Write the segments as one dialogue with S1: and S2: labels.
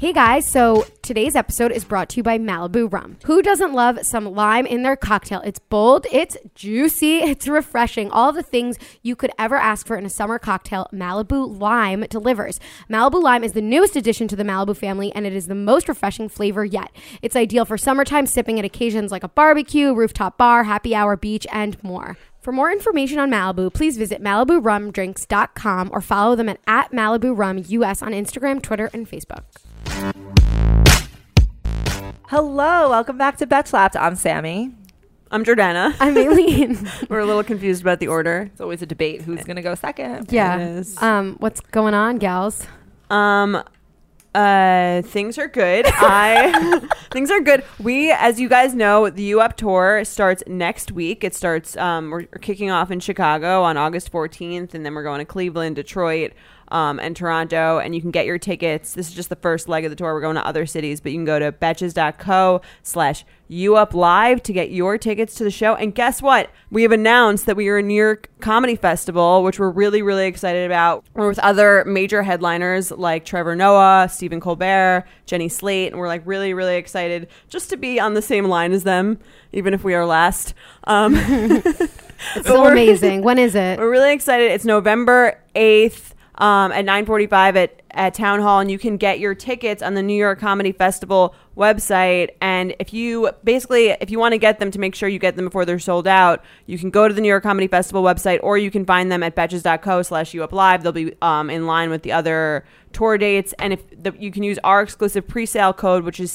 S1: Hey guys, so today's episode is brought to you by Malibu Rum. Who doesn't love some lime in their cocktail? It's bold, it's juicy, it's refreshing. All the things you could ever ask for in a summer cocktail, Malibu Lime delivers. Malibu Lime is the newest addition to the Malibu family and it is the most refreshing flavor yet. It's ideal for summertime sipping at occasions like a barbecue, rooftop bar, happy hour, beach, and more. For more information on Malibu, please visit MalibuRumDrinks.com or follow them at, at Malibu Rum US on Instagram, Twitter, and Facebook.
S2: Hello, welcome back to Bet Slapped. I'm Sammy.
S3: I'm Jordana.
S1: I'm Aileen.
S3: We're a little confused about the order.
S2: It's always a debate who's going to go second.
S1: yeah.
S3: Yes.
S1: Um, what's going on, gals?
S3: Um, uh, things are good. I things are good. We, as you guys know, the U Up tour starts next week. It starts. Um, we're we're kicking off in Chicago on August 14th, and then we're going to Cleveland, Detroit. Um, and Toronto, and you can get your tickets. This is just the first leg of the tour. We're going to other cities, but you can go to betches.co slash you up live to get your tickets to the show. And guess what? We have announced that we are a New York Comedy Festival, which we're really, really excited about. We're with other major headliners like Trevor Noah, Stephen Colbert, Jenny Slate, and we're like really, really excited just to be on the same line as them, even if we are last. Um,
S1: It's so amazing. When is it?
S3: We're really excited. It's November 8th um, at 9.45 at, at Town Hall, and you can get your tickets on the New York Comedy Festival website. And if you basically, if you want to get them to make sure you get them before they're sold out, you can go to the New York Comedy Festival website or you can find them at betches.co slash uplive. They'll be um, in line with the other tour dates. And if the, you can use our exclusive pre-sale code, which is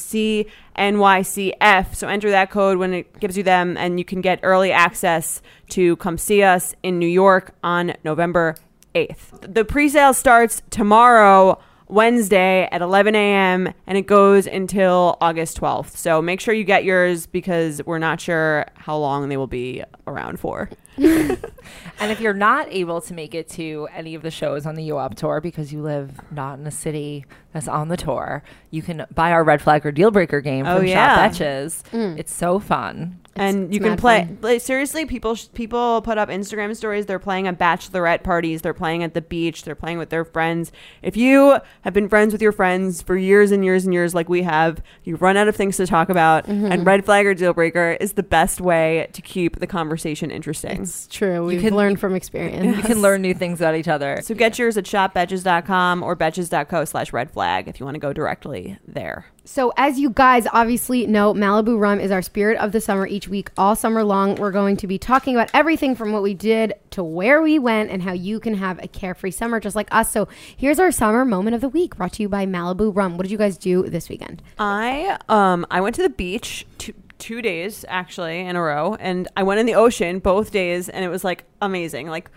S3: CNYCF. So enter that code when it gives you them, and you can get early access to come see us in New York on November 8th. The pre sale starts tomorrow, Wednesday at 11 a.m., and it goes until August 12th. So make sure you get yours because we're not sure how long they will be around for.
S2: And if you're not able to make it to any of the shows on the U Up tour because you live not in a city that's on the tour, you can buy our Red Flag or Deal Breaker game
S3: Oh,
S2: from
S3: yeah.
S2: Shop Betches. It's so fun.
S3: and
S1: it's
S3: you can
S1: mad
S3: play,
S1: fun.
S3: play- seriously people sh- people put up instagram stories they're playing at bachelorette parties they're playing at the beach they're playing with their friends if you have been friends with your friends for years and years and years like we have you run out of things to talk about
S1: Mm-hmm.
S3: and red flag or deal breaker is the best way to keep the conversation interesting
S1: It's true. We've
S2: can-
S1: learned from experience.
S2: You can learn new things about each other.
S3: so get yours at shopbetches.com or betches.co slash red flag if you want to go directly there
S1: So, as you guys obviously know, Malibu Rum is our spirit of the summer each week. All summer long, we're going to be talking about everything from what we did to where we went and how you can have a carefree summer just like us. So, here's our summer moment of the week brought to you by Malibu Rum. What did you guys do this weekend?
S3: I um I went to the beach two, two days actually in a row, and I went in the ocean both days, and it was like amazing. Like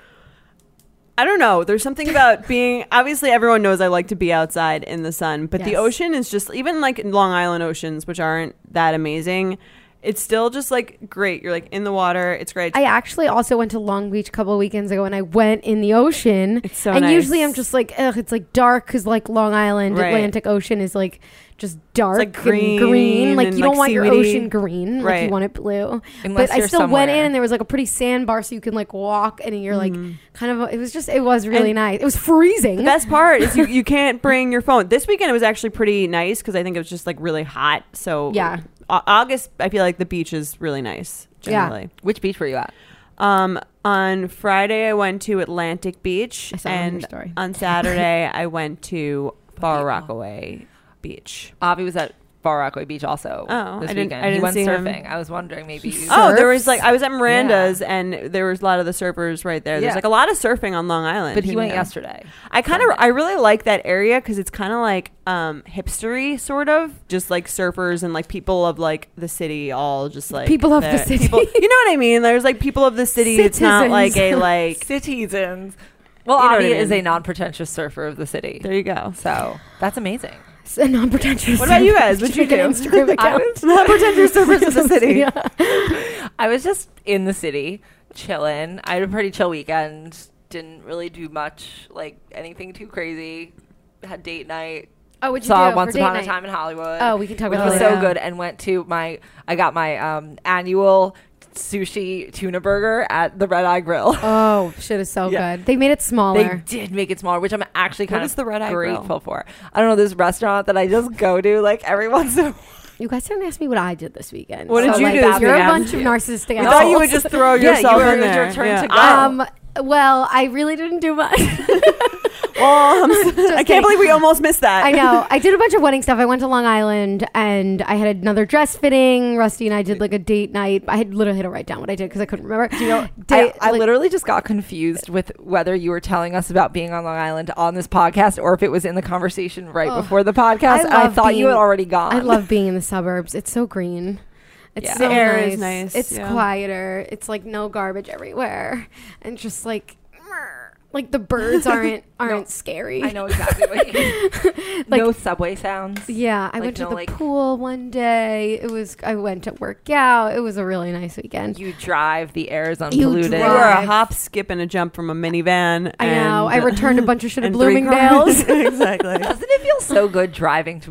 S3: I don't know, there's something about being. Obviously, everyone knows I like to be outside in the sun, but the
S1: Yes.
S3: ocean is just even like Long Island oceans, which aren't that amazing. It's still just like great. You're like in the water. It's great.
S1: I actually also went to Long Beach a couple of weekends ago, and I went in the ocean.
S3: It's so
S1: and
S3: nice.
S1: usually I'm just like, ugh, it's like dark because like Long Island
S3: Right.
S1: Atlantic Ocean is like just dark
S3: like, green
S1: and green. Like
S3: and,
S1: you don't
S3: like,
S1: want your
S3: seaweedy.
S1: ocean green, like you
S3: Right.
S1: want it blue.
S2: Unless
S1: but I
S2: you're
S1: still went in,
S2: somewhere-
S1: and there was like a pretty sandbar, so you can like walk, and you're like
S3: Mm-hmm.
S1: kind of. It was just, it was really nice. It was freezing.
S3: The best part is you, you can't bring your phone. This weekend it was actually pretty nice because I think it was just like really hot. So
S1: Yeah.
S3: Au- August I feel like the beach is really nice
S1: Yeah.
S3: generally.
S2: Which beach were you at?
S3: Um, on Friday I went to Atlantic Beach
S1: I saw that on your
S3: and
S1: story.
S3: on Saturday I went to Far
S2: Papilio.
S3: Rockaway Beach.
S2: Avi was at Far Rockaway Beach also.
S3: Oh,
S2: this
S3: I didn't-
S2: weekend.
S3: I
S2: he
S3: didn't
S2: went
S3: see him.
S2: surfing. I was wondering maybe you
S3: Oh, there
S1: Surfs?
S3: was like I was at Miranda's and there was a lot of the surfers right there.
S2: Yeah.
S3: There's like a lot of surfing on Long Island.
S2: But he
S3: Who
S2: went
S3: knew?
S2: yesterday.
S3: I kind of I really like that area because it's kind of like um hipstery sort of just like surfers and like people of like the city all just like
S1: People of the
S3: there.
S1: city.
S3: People- you know what I mean there's like people of the city it's not like a
S1: Citizens.
S3: like
S2: Citizens. Well,
S3: You know
S2: Avi
S3: what I
S2: is
S3: mean.
S2: a non-pretentious surfer of the city.
S3: there you go
S2: So that's amazing.
S1: It's a non-pretentious.
S3: What about you guys? What'd you
S1: Make an
S3: do?
S1: Instagram
S2: I
S1: account.
S2: was not pretentious surfers of the city.
S1: Yeah.
S2: I was just in the city, chilling. I had a pretty chill weekend. Didn't really do much, like anything too crazy. Had date night.
S1: Oh, what'd you
S2: saw
S1: do
S2: Once
S1: for
S2: Upon
S1: date
S2: a
S1: night?
S2: Time in Hollywood.
S1: Oh, we can talk
S2: which
S1: about
S2: was
S1: that
S2: so
S1: later.
S2: good. And went to my. I got my um, annual sushi tuna burger at the Red Eye Grill.
S1: Oh, shit is so
S2: Yeah.
S1: good. They made it
S2: They
S1: smaller.
S2: did make it smaller, which I'm actually kind
S3: is
S2: of
S3: the Red Eye Grill?
S2: grateful for. I don't know this restaurant that I just go to like every once in a while.
S1: you guys didn't ask me what I did this weekend.
S3: What did
S1: So,
S3: you
S1: like,
S3: do this
S1: You're a
S3: weekend?
S1: bunch of narcissistic
S3: I thought you would
S1: assholes.
S3: just throw
S2: Yeah, you
S3: yourself
S2: were-
S3: in
S2: it was
S3: there.
S2: your turn to go.
S3: I-
S1: Um, well, I really didn't do much.
S3: well, Oh, I'm s- I can't
S1: kidding.
S3: believe we almost missed that.
S1: I know. I did a bunch of wedding stuff. I went to Long Island and I had another dress fitting. Rusty and I did like a date night. I had literally had to write down what I did because I couldn't remember. Do you know?
S2: I, I literally just got confused with whether you were telling us about being on Long Island on this podcast or if it was in the conversation right
S1: Oh,
S2: before the podcast. I,
S1: love
S2: thought you had
S1: being-
S2: already gone.
S1: I love being in the suburbs. It's so green. It's
S2: Yeah.
S1: so
S3: The air
S1: nice.
S3: is nice,
S1: It's
S3: yeah.
S1: quieter. It's like no garbage everywhere, and just like, like the birds aren't aren't scary.
S2: I know exactly what you mean.
S1: Like-
S2: No subway sounds.
S1: Yeah, I
S2: Like,
S1: went to
S2: no,
S1: the
S2: like-
S1: pool one day. It was I went to work out. It was a really nice weekend.
S2: You drive, the air is unpolluted.
S3: You were a
S1: drive.
S3: hop, skip, and a jump from a minivan.
S1: I know. I
S3: and-
S1: returned a bunch of shit at
S3: and three
S1: Bloomingdale's.
S3: cars. exactly.
S2: Doesn't it feel so good driving to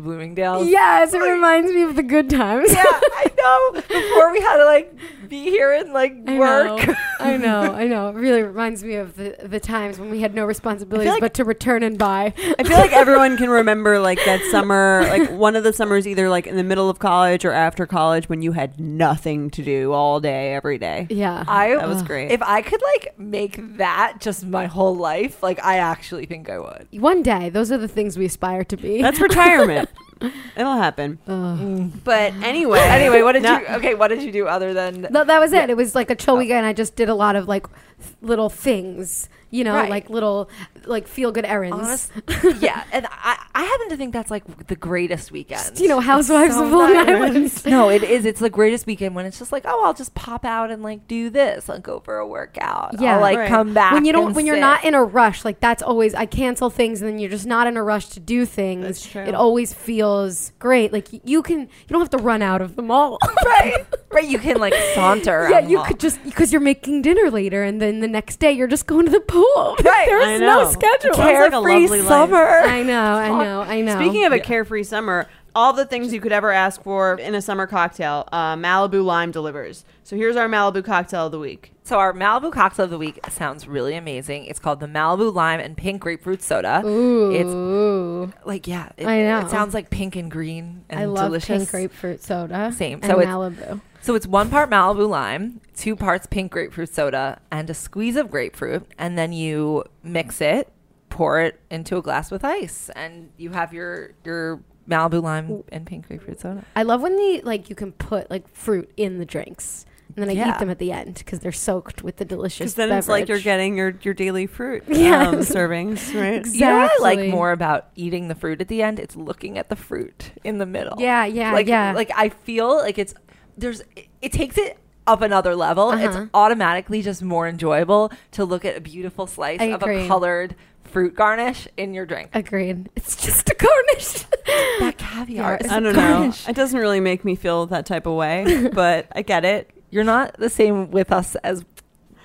S2: Bloomingdale's?
S1: yes, it reminds me of the good times.
S2: Yeah, I know. Before we had to like be here and like
S1: I
S2: work.
S1: know. I know. I know. It really reminds me of the, the times when we had no responsibilities
S3: like-
S1: but to return and buy.
S3: I feel like everyone can remember like that summer, like one of the summers, either like in the middle of college or after college, when you had nothing to do all day, every day.
S1: Yeah.
S2: I
S3: That was great.
S2: If I could like make that just my whole life, like I actually think I would.
S1: One day, those are the things we aspire to be.
S3: That's retirement. It'll happen.
S2: Mm,
S1: Ugh.
S3: But anyway,
S2: anyway, what did
S3: No-
S2: you? Okay, what did you do other than?
S1: No, that was it. It was like a
S2: Oh.
S1: chill weekend. I just did a lot of like th- little things, you know,
S2: Right.
S1: like little like feel good errands.
S2: Honest, yeah, and I, I happen to think that's like the greatest weekend.
S1: Just, you know,
S2: It's
S1: Housewives
S2: so
S1: of Long
S2: nice.
S1: Island.
S2: No, it is. It's the greatest weekend when it's just like, oh, I'll just pop out and like do this. I'll go for a workout.
S1: Yeah.
S2: I'll, like
S3: Right.
S2: come back
S1: when you don't
S2: and
S1: when you're
S2: sit.
S1: not in a rush like that's always i cancel things and then you're just not in a rush to do things
S3: That's true.
S1: it always feels great like y- you can you don't have to run out of the mall
S2: right, right. You can like saunter.
S1: yeah
S2: around
S1: you
S2: the
S1: could just because you're making dinner later and then the next day you're just going to the pool
S2: Right.
S3: I
S1: there's no
S3: know.
S1: schedule
S3: It sounds like a
S2: carefree
S3: lovely life.
S2: summer.
S1: i know i know i know
S3: Speaking of a
S2: Yeah.
S3: carefree summer, all the things you could ever ask for in a summer cocktail, uh, Malibu Lime delivers. So here's our Malibu cocktail of the week.
S2: So our Malibu cocktail of the week sounds really amazing. It's called the Malibu Lime and Pink Grapefruit Soda. It's
S1: ooh
S2: like yeah, it,
S1: I know.
S2: it sounds like pink and green and
S1: i love
S2: delicious.
S1: pink grapefruit soda
S2: Same.
S1: and
S2: So it's-
S1: malibu
S2: So it's one part Malibu lime, two parts pink grapefruit soda, and a squeeze of grapefruit, and then you mix it, pour it into a glass with ice, and you have your your Malibu lime and pink grapefruit soda.
S1: i love when the like you can put like fruit in the drinks and then I
S2: Yeah.
S1: eat them at the end because they're soaked with the delicious.
S3: Because then it's like you're
S1: beverage.
S3: getting your, your daily fruit
S1: Yeah.
S3: um, servings, right?
S1: Exactly.
S2: You know what I like more about eating the fruit at the end? It's looking at the fruit in the middle.
S1: Yeah, yeah,
S2: like
S1: yeah.
S2: like I feel like it's there's it, it takes it up another level.
S1: Uh-huh.
S2: It's automatically just more enjoyable to look at a beautiful slice
S1: I
S2: of
S1: agree.
S2: a colored fruit garnish in your drink.
S1: Agreed. It's just a garnish.
S2: That caviar.
S1: Yeah,
S2: is
S3: I don't know.
S2: garnish.
S3: It doesn't really make me feel that type of way, but I get it.
S2: You're not the same with us as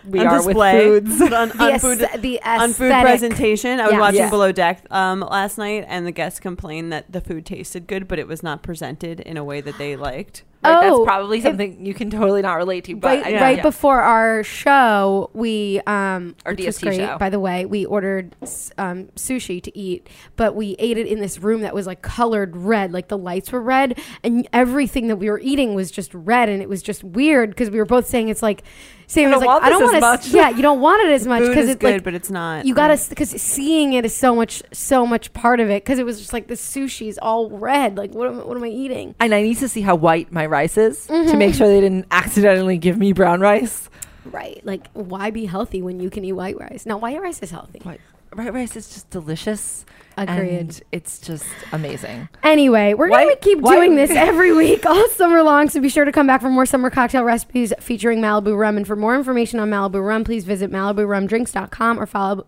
S2: we
S3: on
S2: are
S3: display,
S2: with foods.
S3: on, on
S1: the,
S3: food,
S1: aes- the
S3: on food
S1: aesthetic.
S3: presentation. I was
S1: Yeah.
S3: watching
S2: Yeah.
S3: Below Deck um, last night, and the guests complained that the food tasted good, but it was not presented in a way that they liked.
S2: Right,
S1: Oh,
S2: that's probably
S1: it-
S2: something you can totally not relate to. But
S1: Right,
S2: I,
S1: right
S2: yeah.
S1: before our show, we um,
S2: Our
S1: which was
S2: DST
S1: great,
S2: show.
S1: By the way, we ordered s- um, sushi to eat, but we ate it in this room that was like colored red, like the lights were red, and everything that we were eating was just red, and it was just weird because we were both saying it's like, Sam
S2: I
S1: was
S2: don't
S1: like,
S2: want
S1: I don't
S2: this
S1: want
S2: as
S1: to,
S2: much.
S1: yeah, you don't want it as much
S3: Food
S1: because
S3: is
S1: it's
S3: good,
S1: like
S3: but it's not. Mm.
S1: you gotta
S2: Mm.
S1: because seeing it is so much so much part of it because it was just like the sushi is all red like what am, what am i eating
S2: and I need to see how white my rice is
S1: Mm-hmm.
S2: to make sure they didn't accidentally give me brown rice.
S1: right like why be healthy when you can eat white rice now white rice is healthy
S2: White, white rice is just delicious.
S1: Agreed.
S2: And it's just amazing.
S1: anyway we're gonna
S2: White-
S1: keep
S2: white-
S1: doing this every week all summer long so be sure to come back for more summer cocktail recipes featuring malibu rum and for more information on malibu rum please visit maliburumdrinks.com or follow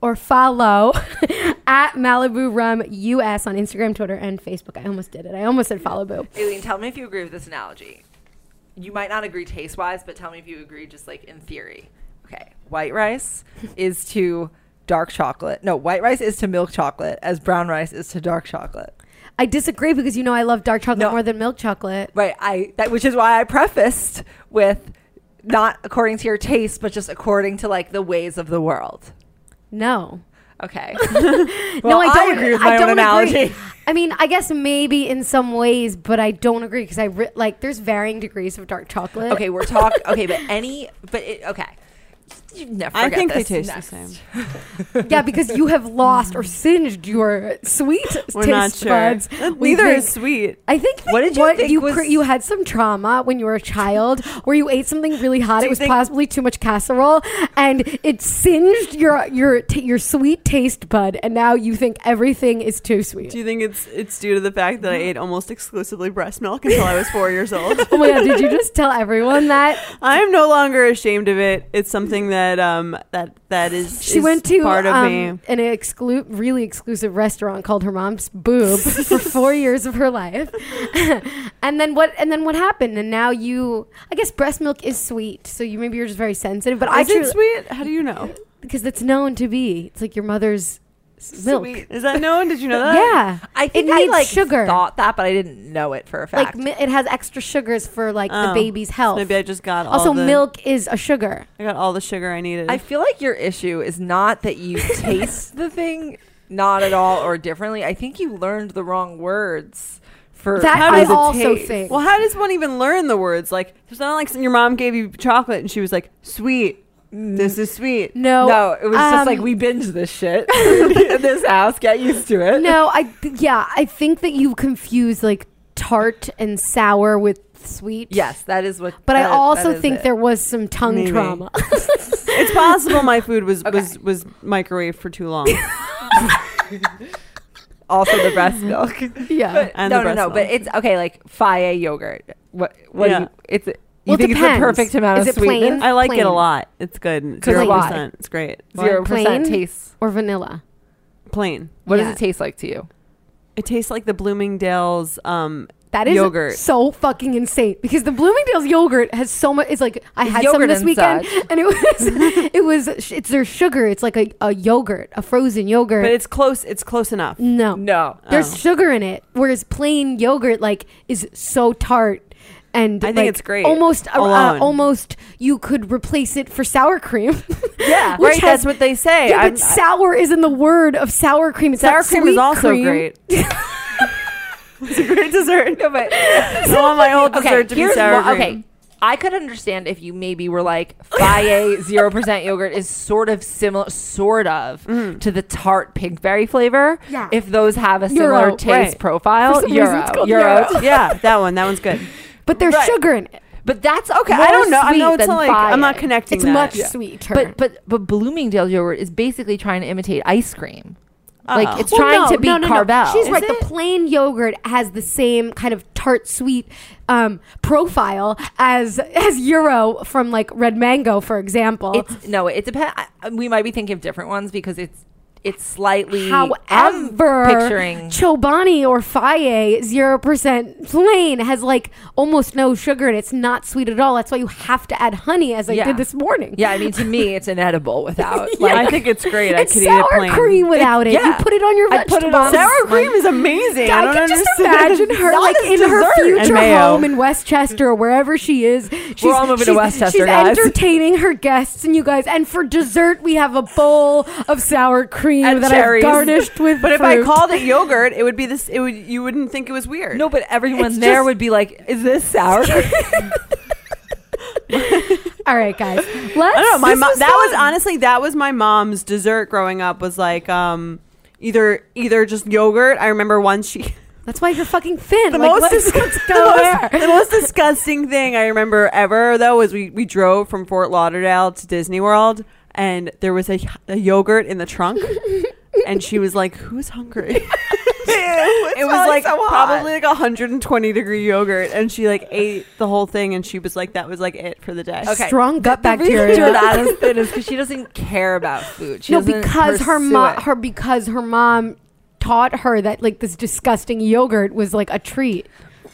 S1: or follow at Malibu Rum US on Instagram, Twitter, and Facebook. I almost did it. I almost said follow boo.
S2: Aileen, tell me if you agree with this analogy. You might not agree taste wise, but tell me if you agree just like in theory. Okay. White rice is to dark chocolate. No, white rice is to milk chocolate as brown rice is to dark chocolate.
S1: I disagree because you know I love dark chocolate
S2: No.
S1: more than milk chocolate.
S2: Right. I that which is why I prefaced with not according to your taste, but just according to like the ways of the world.
S1: No.
S2: Okay.
S1: no, I don't
S2: agree with
S1: I
S2: my
S1: don't
S2: own analogy.
S1: Agree. I mean, I guess maybe in some ways, but I don't agree because I re- like there's varying degrees of dark chocolate.
S2: Okay, we're talking. Okay, but any, but it, okay. You never.
S3: I
S2: forget
S3: think they
S2: this.
S3: taste
S2: Next.
S3: the same.
S1: yeah, because you have lost or singed your sweet
S3: We're not
S1: taste
S3: sure.
S1: buds. We
S3: Neither
S1: think-
S3: is sweet.
S1: I think that
S2: Uh, What did you
S1: what
S2: think
S1: you,
S2: was-
S1: cre- you had some trauma when you were a child where you ate something really hot. It
S3: Do you
S1: was
S3: think-
S1: possibly too much casserole and it singed your your t- your sweet taste bud and now you think everything is too sweet.
S3: Do you think it's it's due to the fact that I ate almost exclusively breast milk until I was four years old?
S1: oh my god, did you just tell everyone that?
S3: I am no longer ashamed of it. It's something that um that that is
S1: She
S3: is
S1: went to
S3: part of
S1: um,
S3: me.
S1: an exclu- really exclusive restaurant called her mom's boob for four years of her life, and then what? And then what happened? And now you, I guess, breast milk is sweet, so you maybe you're just very sensitive. But I
S3: Is it
S1: truly
S3: sweet? How do you know?
S1: because it's known to be it's like your mother's s- milk.
S3: Sweet. Is that known? Did you know that?
S1: Yeah,
S2: I think
S1: it
S2: I
S1: needs
S2: like
S1: sugar.
S2: thought that, but I didn't know it for a
S1: like
S2: fact.
S1: mi- it has extra sugars for like the
S3: Oh.
S1: baby's
S3: So
S1: health.
S3: maybe I just got all
S1: also,
S3: the-
S1: milk is a sugar.
S3: I got all the sugar I needed.
S2: I feel like your issue is not that you taste the thing not at all or differently. I think you learned the wrong words for
S1: That
S2: how
S1: I
S2: does it
S1: also
S2: taste?
S1: think.
S3: well, how does one even learn the words? Like, it's not like your mom gave you chocolate and she was like, "Sweet, this is sweet."
S1: No,
S2: no, it was just like
S1: um,
S2: we binge this shit in this house. Get used to it.
S1: No, I th- yeah, I think that you confuse like tart and sour with sweet.
S2: Yes, that is what.
S1: But I
S2: that-
S1: also
S2: that is
S1: think
S2: it.
S1: there was some tongue
S3: Maybe.
S1: trauma. Mm.
S3: It's possible my food was
S2: Okay.
S3: was was microwaved for too long.
S2: also the breast milk.
S1: yeah.
S2: But
S3: And
S2: no, no,
S3: the breast
S2: no. But
S3: milk.
S2: it's okay. Like Faya yogurt. What? What? do
S3: Yeah.
S2: you, it's. You
S1: Well, it
S2: think it's the
S1: depends.
S2: perfect amount
S1: Is
S2: of
S1: it plain?
S2: sweetness?
S3: I like it
S1: Plain.
S3: a lot. It's good. It's
S2: Plain.
S3: Zero percent. It's great.
S2: Zero
S1: Plain?
S2: percent taste.
S1: or vanilla.
S3: Plain.
S2: What
S1: Yeah.
S2: does it taste like to you?
S3: It tastes like the Bloomingdale's um
S1: That is
S3: yogurt.
S1: so fucking insane because the Bloomingdale's yogurt has so much. It's like I had some
S2: yogurt
S1: this
S2: and
S1: weekend,
S2: such.
S1: and it was it was it's their sugar. It's like a, a yogurt, a frozen yogurt.
S3: but it's close. It's close enough.
S1: no,
S2: No.
S1: there's
S3: Oh.
S1: sugar in it, whereas plain yogurt like is so tart. And
S3: I think
S1: like,
S3: it's great
S1: Almost, uh, uh,
S3: alone.
S1: almost you could replace it for sour cream.
S2: Yeah.
S1: Which
S3: right.
S1: has-
S3: that's what they say.
S1: yeah,
S3: I'm-
S1: but sour is in the word of sour cream. It's
S3: sour
S1: not
S3: cream is
S1: sweet
S3: also
S1: cream.
S3: great. it's a great dessert.
S2: No, but
S3: I want my whole dessert to be
S2: here's
S3: sour
S2: why-
S3: cream.
S2: Okay. I could understand if you maybe were like Faye zero percent yogurt is sort of similar, sort of to the tart pinkberry flavor.
S1: Yeah.
S2: If those have a similar
S1: Euro,
S2: taste
S3: right.
S2: profile,
S1: For some reason it's called
S2: Euro.
S1: Euro.
S3: yeah, that one. That one's good.
S1: But there's
S2: Right.
S1: sugar in it.
S2: But that's okay.
S3: I don't know. I
S2: Sweet
S3: know it's
S2: than
S3: not like I'm not
S2: Faye.
S3: connecting.
S1: It's
S3: that.
S1: much
S3: Yeah.
S1: sweeter.
S2: But but but Bloomingdale yogurt is basically trying to imitate ice cream. Like
S3: Oh.
S2: it's trying to be Carvel.
S1: She's
S2: Is
S1: right.
S2: it?
S1: The plain yogurt has the same kind of tart sweet um, profile as as Euro from like Red Mango, for example.
S2: It's no. It depends. We might be thinking of different ones because it's it's slightly. I'm
S1: However,
S2: picturing
S1: Chobani or Faye zero percent plain has like almost no sugar and it's not sweet at all. That's why you have to add honey, as I
S2: Yeah.
S1: did this morning.
S2: Yeah, I mean, to me, it's inedible without.
S3: Like, I
S2: Like,
S3: think it's great. I
S1: it's
S3: could eat it
S1: sour
S3: plain.
S1: cream without it. You
S2: yeah.
S1: put it on your
S2: I
S1: vegetables.
S2: put it on-
S3: Sour cream is amazing. I,
S1: I,
S3: don't
S1: can just
S3: understand.
S1: imagine her
S3: Not
S1: like
S3: as
S1: in her
S3: dessert. And
S1: future
S3: mayo.
S1: home in Westchester or wherever she is. She's,
S2: all moving to
S1: she's-
S2: Westchester,
S1: She's
S2: guys.
S1: entertaining her guests and you guys. And for dessert, we have a bowl of sour cream
S3: And
S1: that
S3: cherries.
S1: I've garnished with.
S3: But if I
S1: fruit.
S3: called it yogurt, it would be this. It would. You wouldn't think it was weird.
S2: no, but everyone
S1: It's
S2: there
S1: just-
S2: would be like, "Is this sour?"
S1: all right, guys, let's.
S3: I don't know. My
S1: this
S3: mom.
S1: was
S3: That was
S1: fun.
S3: honestly that was my mom's dessert growing up. Was like um either either just yogurt. I remember once she
S1: That's why you're fucking thin.
S3: the
S1: like,
S3: most
S1: let's,
S3: dis-
S1: let's
S3: the
S1: go
S3: most-
S1: there.
S3: the most disgusting thing I remember ever though was we we drove from Fort Lauderdale to Disney World and there was a, a yogurt in the trunk. And she was like, "Who's hungry?" it was like probably like 120 degree yogurt, and she like ate the whole thing, and she was like, "That was like it for the day."
S2: Okay.
S1: Strong gut
S2: The reason
S1: bacteria.
S2: you're not as thin is because she doesn't care about food. She
S1: no,
S2: doesn't
S1: because her
S2: pursue
S1: mom,
S2: it.
S1: her because her mom taught her that like this disgusting yogurt was like a treat.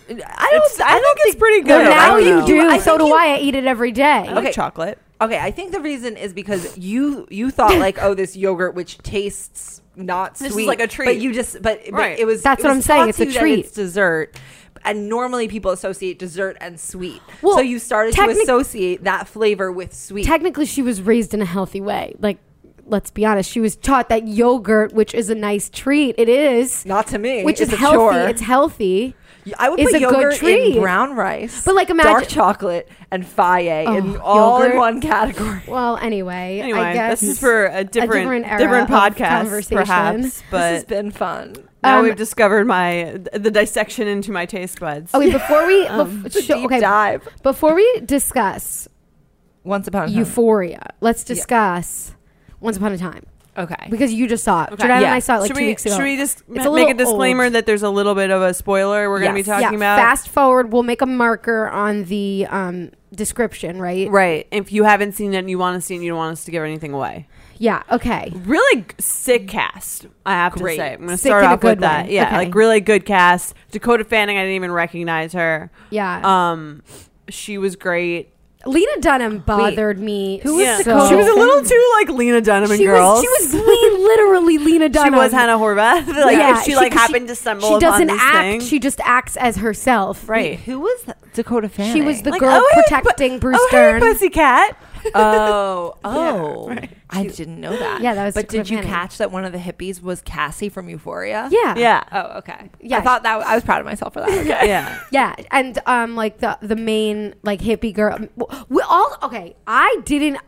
S2: I don't.
S3: It's- I, think, it's pretty good.
S1: Well, now
S3: I don't
S1: you
S3: know.
S1: do.
S2: I
S1: so
S2: think
S1: do
S2: you-
S1: I. I eat it every day.
S3: I like
S2: Okay.
S3: chocolate.
S2: Okay, I think the reason is because you you thought like, oh, this yogurt which tastes not
S3: This is
S2: sweet,
S3: like a
S2: But
S3: treat.
S2: you just but, but
S3: Right.
S2: it was
S1: That's
S2: it
S1: what
S2: was
S1: I'm saying,
S2: taught
S1: it's
S2: to
S1: a
S2: you that
S1: treat.
S2: It's dessert, and normally people associate dessert and sweet.
S1: Well,
S2: so you started to
S1: technic-
S2: associate that flavor with sweet.
S1: Technically, she was raised in a healthy way. Like, let's be honest, she was taught that yogurt, which is a nice treat, it is,
S2: not to me,
S1: which is
S2: it's a
S1: healthy.
S2: Chore.
S1: It's healthy.
S2: I would
S1: is
S2: put
S1: a good
S2: yogurt
S1: treat.
S2: in brown rice,
S1: But, like,
S2: dark
S1: imagine-
S2: chocolate and faye in
S1: Oh,
S2: all in
S1: yogurt.
S2: one category.
S1: Well, anyway, I
S3: Anyway,
S1: guess
S3: this is for a different
S1: different era
S3: different
S1: of
S3: podcast,
S1: conversation.
S3: perhaps.
S2: this has
S3: But
S2: been fun.
S3: now
S1: Um,
S3: we've discovered my the dissection into my taste buds.
S1: Okay, before we bef-
S3: um,
S2: It's a
S1: sho-
S2: deep
S1: okay,
S2: dive.
S1: before we discuss
S2: Once upon a
S3: Uh-huh.
S2: time.
S1: Euphoria, let's discuss Once Upon a Time
S2: okay.
S1: because you just saw it.
S3: Okay.
S1: Jordan and
S2: Yeah.
S1: I saw it like
S3: should
S1: two
S3: we
S1: weeks ago.
S3: should we just
S1: It's
S3: ma-
S1: a
S3: make a
S1: little
S3: disclaimer
S1: old.
S3: that there's a little bit of a spoiler we're going to be
S2: Yes.
S1: yeah,
S3: talking about?
S1: fast forward. We'll make a marker on the um, description, right?
S3: Right. If you haven't seen it and you want to see it and you don't want us to give anything away.
S1: Yeah. Okay.
S3: Really g- sick cast, I have
S2: Great.
S3: to say. I'm going to
S1: Sick
S3: start
S1: in a
S3: off with
S1: good
S3: that.
S1: way.
S3: Yeah,
S1: Okay.
S3: like really good cast. Dakota Fanning, I didn't even recognize her.
S1: Yeah.
S3: Um, she was great.
S1: Lena Dunham bothered me.
S2: Who was
S1: so-
S2: Dakota
S3: She was a little too like Lena Dunham and
S1: She
S3: girls.
S1: was. She was le- literally Lena
S3: She
S1: Dunham.
S3: was Hannah Horvath. like if she like
S1: 'cause
S3: happened to stumble
S1: She doesn't
S3: upon this
S1: act.
S3: thing.
S1: She just acts as herself.
S3: right.
S2: Who was that? Dakota Fanning?
S1: She was the
S3: Like,
S1: girl
S3: oh, hey,
S1: protecting
S3: pu-
S1: Bruce
S3: oh,
S1: Dern.
S3: Hey, pussycat.
S2: Oh, oh!
S3: right.
S2: I didn't know that.
S1: Yeah, that was
S2: But did
S1: Dakota
S2: you
S1: Fanning.
S2: catch that one of the hippies was Cassie from Euphoria?
S1: yeah.
S3: yeah.
S2: Oh, okay. Yeah,
S1: Yeah.
S2: I thought that I was proud of myself for that. Okay.
S3: Yeah.
S1: Yeah, and um, like the the main like hippie girl. We all okay. I didn't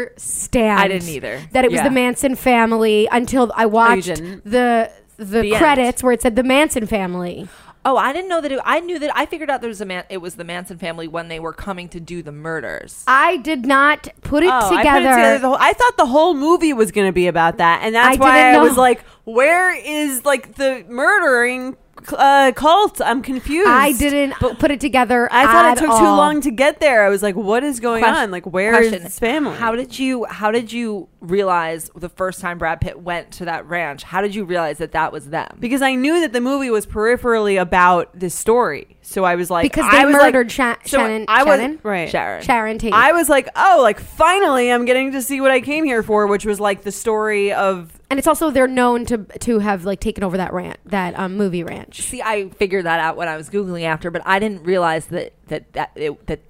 S1: understand.
S2: I didn't either.
S1: That it was
S3: Yeah.
S1: the Manson family until I watched
S3: didn't?
S1: the the,
S2: The end.
S1: credits where it said the Manson family.
S2: Oh, I didn't know that. It, I knew that. I figured out there was a man. It was the Manson family when they were coming to do the murders.
S1: I did not put it
S3: Oh,
S1: together.
S3: I, put it together the whole, I thought the whole movie was going to be about that, and that's
S1: I
S3: why
S1: didn't
S3: I was
S1: know.
S3: like, "Where is like the murdering uh, cult?" I'm confused.
S1: I didn't put it together.
S3: I thought
S1: at
S3: it took too
S1: all.
S3: long to get there. I was like, "What is going
S2: Question-
S3: on? Like, where is
S2: question.
S3: this family?"
S2: How did you? How did you realize the first time Brad Pitt went to that ranch? How did you realize that that was them?
S3: because I knew that the movie was peripherally about this story, so I was like,
S1: Because they
S3: I was like-
S1: murdered Sha- Shannon-
S3: I was
S1: Shannon?
S3: right.
S2: Sharon.
S1: Sharon Tate.
S3: I was like, "Oh, like finally, I'm getting to see what I came here for," which was like the story of
S1: and it's also they're known to to have like taken over that rant that um, movie ranch.
S2: See, I figured that out when I was googling after, but I didn't realize that that that it, that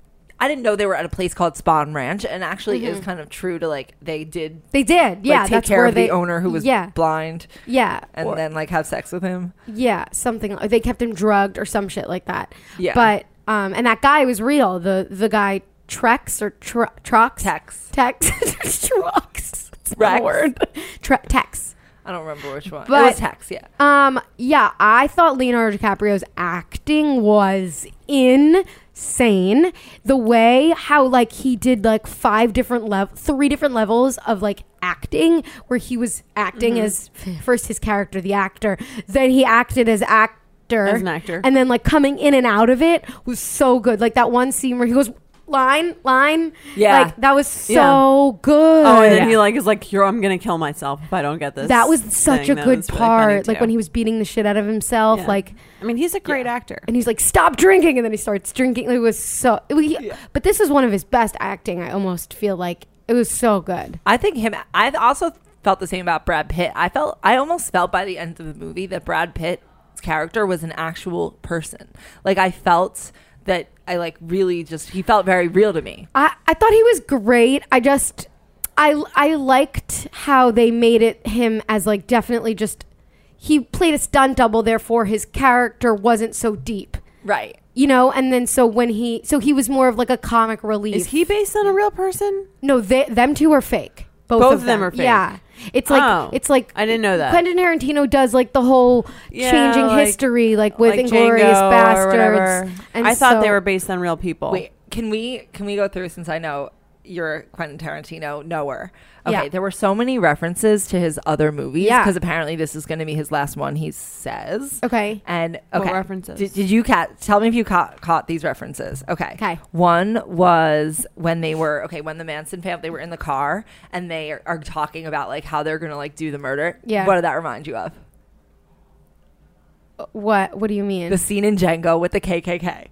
S2: I didn't know they were at a place called Spawn Ranch, and actually, it was kind of true to like they did
S1: They did, Mm-hmm. yeah.
S2: like, take
S1: that's
S2: care
S1: where
S2: of
S1: they,
S2: the owner who was
S1: yeah,
S2: blind,
S1: yeah,
S2: and
S1: Or-
S2: then like have sex with him.
S1: yeah, something. They kept him drugged or some shit like that.
S2: Yeah.
S1: but um, and that guy was real. The the guy Trex or tr- Trox
S2: Tex.
S1: Tex Trox. It's
S2: Rex.
S1: a word. Tre- Tex.
S2: I don't remember which one. it
S1: But-
S2: was Tex, yeah.
S1: Um, yeah, I thought Leonardo DiCaprio's acting was insane. The way how like he did like five different level, three different levels of like acting, where he was acting
S3: Mm-hmm.
S1: as first his character, the actor, then he acted as actor.
S3: As an actor.
S1: and then like coming in and out of it was so good. Like that one scene where he goes line, line,
S2: Yeah.
S1: like that was so
S3: Yeah.
S1: good.
S3: Oh, and then he like is like, "Here, I'm gonna kill myself if I don't get this."
S1: that was such
S3: thing."
S1: a
S3: That
S1: good
S3: was really
S1: part.
S3: funny,
S1: like
S3: too.
S1: when he was beating the shit out of himself,
S3: Yeah.
S1: like
S3: I mean, he's a great actor.
S1: and he's like, "Stop drinking!" And then he starts drinking. It was so. It was, he- But this is one of his best acting. I almost feel like it was so good.
S2: I think him. I also felt the same about Brad Pitt. I felt I almost felt by the end of the movie that Brad Pitt's character was an actual person. Like I felt that I like really just he felt very real to me.
S1: I I thought he was great. I just I I liked how they made it him as like definitely just he played a stunt double. Therefore, his character wasn't so deep,
S2: Right.
S1: you know. And then so when he so he was more of like a comic relief.
S3: Is he based on a real person?
S1: No, they, them two are fake. Both,
S3: Both
S1: of them.
S3: are fake.
S1: Yeah, it's like
S3: Oh.
S1: it's like
S3: I didn't know that.
S1: Quentin Tarantino does like the whole
S3: Yeah,
S1: changing
S3: like-
S1: history, like with
S3: Like
S1: Inglorious
S3: Django or whatever.
S1: Bastards. And
S3: I thought
S1: so-
S3: they were based on real people.
S2: Wait, can we can we go through since I know you're a Quentin Tarantino knower? Okay,
S1: Yeah.
S2: there were so many references to his other movies
S1: Yeah.
S2: because apparently this is going to be his last one. He says.
S1: okay.
S2: And
S3: What
S2: okay,
S3: references?
S2: Did, did you cat? Tell me if you caught, caught these references. Okay.
S1: 'Kay.
S2: One was when they were okay when the Manson family they were in the car and they are, are talking about like how they're gonna like do the murder.
S1: Yeah.
S2: What did that remind you of?
S1: What What do you mean?
S2: The scene in Django with the KKK.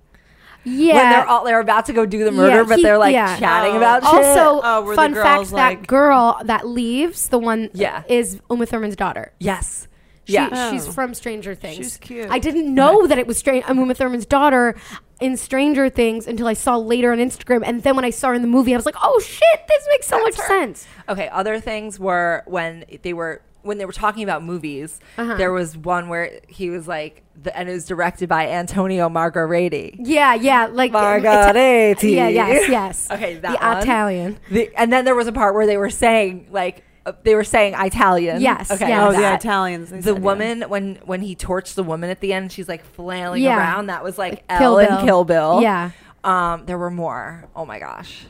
S2: when
S1: Yeah.
S2: they're all they're about to go do the murder,
S1: Yeah,
S2: but
S1: he-
S2: they're like
S1: yeah.
S2: chatting
S3: Oh.
S2: about shit.
S1: Also,
S3: Oh, were the
S1: fun fact:
S3: girls
S1: that
S3: like-
S1: girl that leaves, the one,
S2: Yeah.
S1: is Uma Thurman's daughter.
S2: yes,
S1: She, uh,
S2: yeah,
S1: she's
S3: Oh.
S1: from Stranger Things.
S3: She's cute.
S1: I didn't know that it was Stra- um, Uma Thurman's daughter in Stranger Things until I saw later on Instagram, and then when I saw her in the movie, I was like, "Oh shit, this makes so much sense."
S2: Okay, other things were when they were when they were talking about movies.
S1: Uh-huh.
S2: There was one where he was like, the, and it was directed by Antonio Margheriti.
S1: Yeah, yeah, like um,
S2: Margheriti.
S1: yeah, yes, yes.
S2: Okay, that
S1: the
S2: one.
S1: Italian.
S2: The, and then there was a part where they were saying like uh, they were saying Italian.
S1: Yes,
S2: Okay.
S1: yes.
S3: Oh, the
S2: that.
S3: Italians. they
S2: The
S3: said, yeah.
S2: woman when when he torched the woman at the end, she's like flailing
S1: Yeah.
S2: around. That was like
S1: Like
S2: Elle
S1: Kill
S2: and
S1: Bill.
S2: Kill Bill.
S1: Yeah.
S2: Um, there were more. Oh my gosh.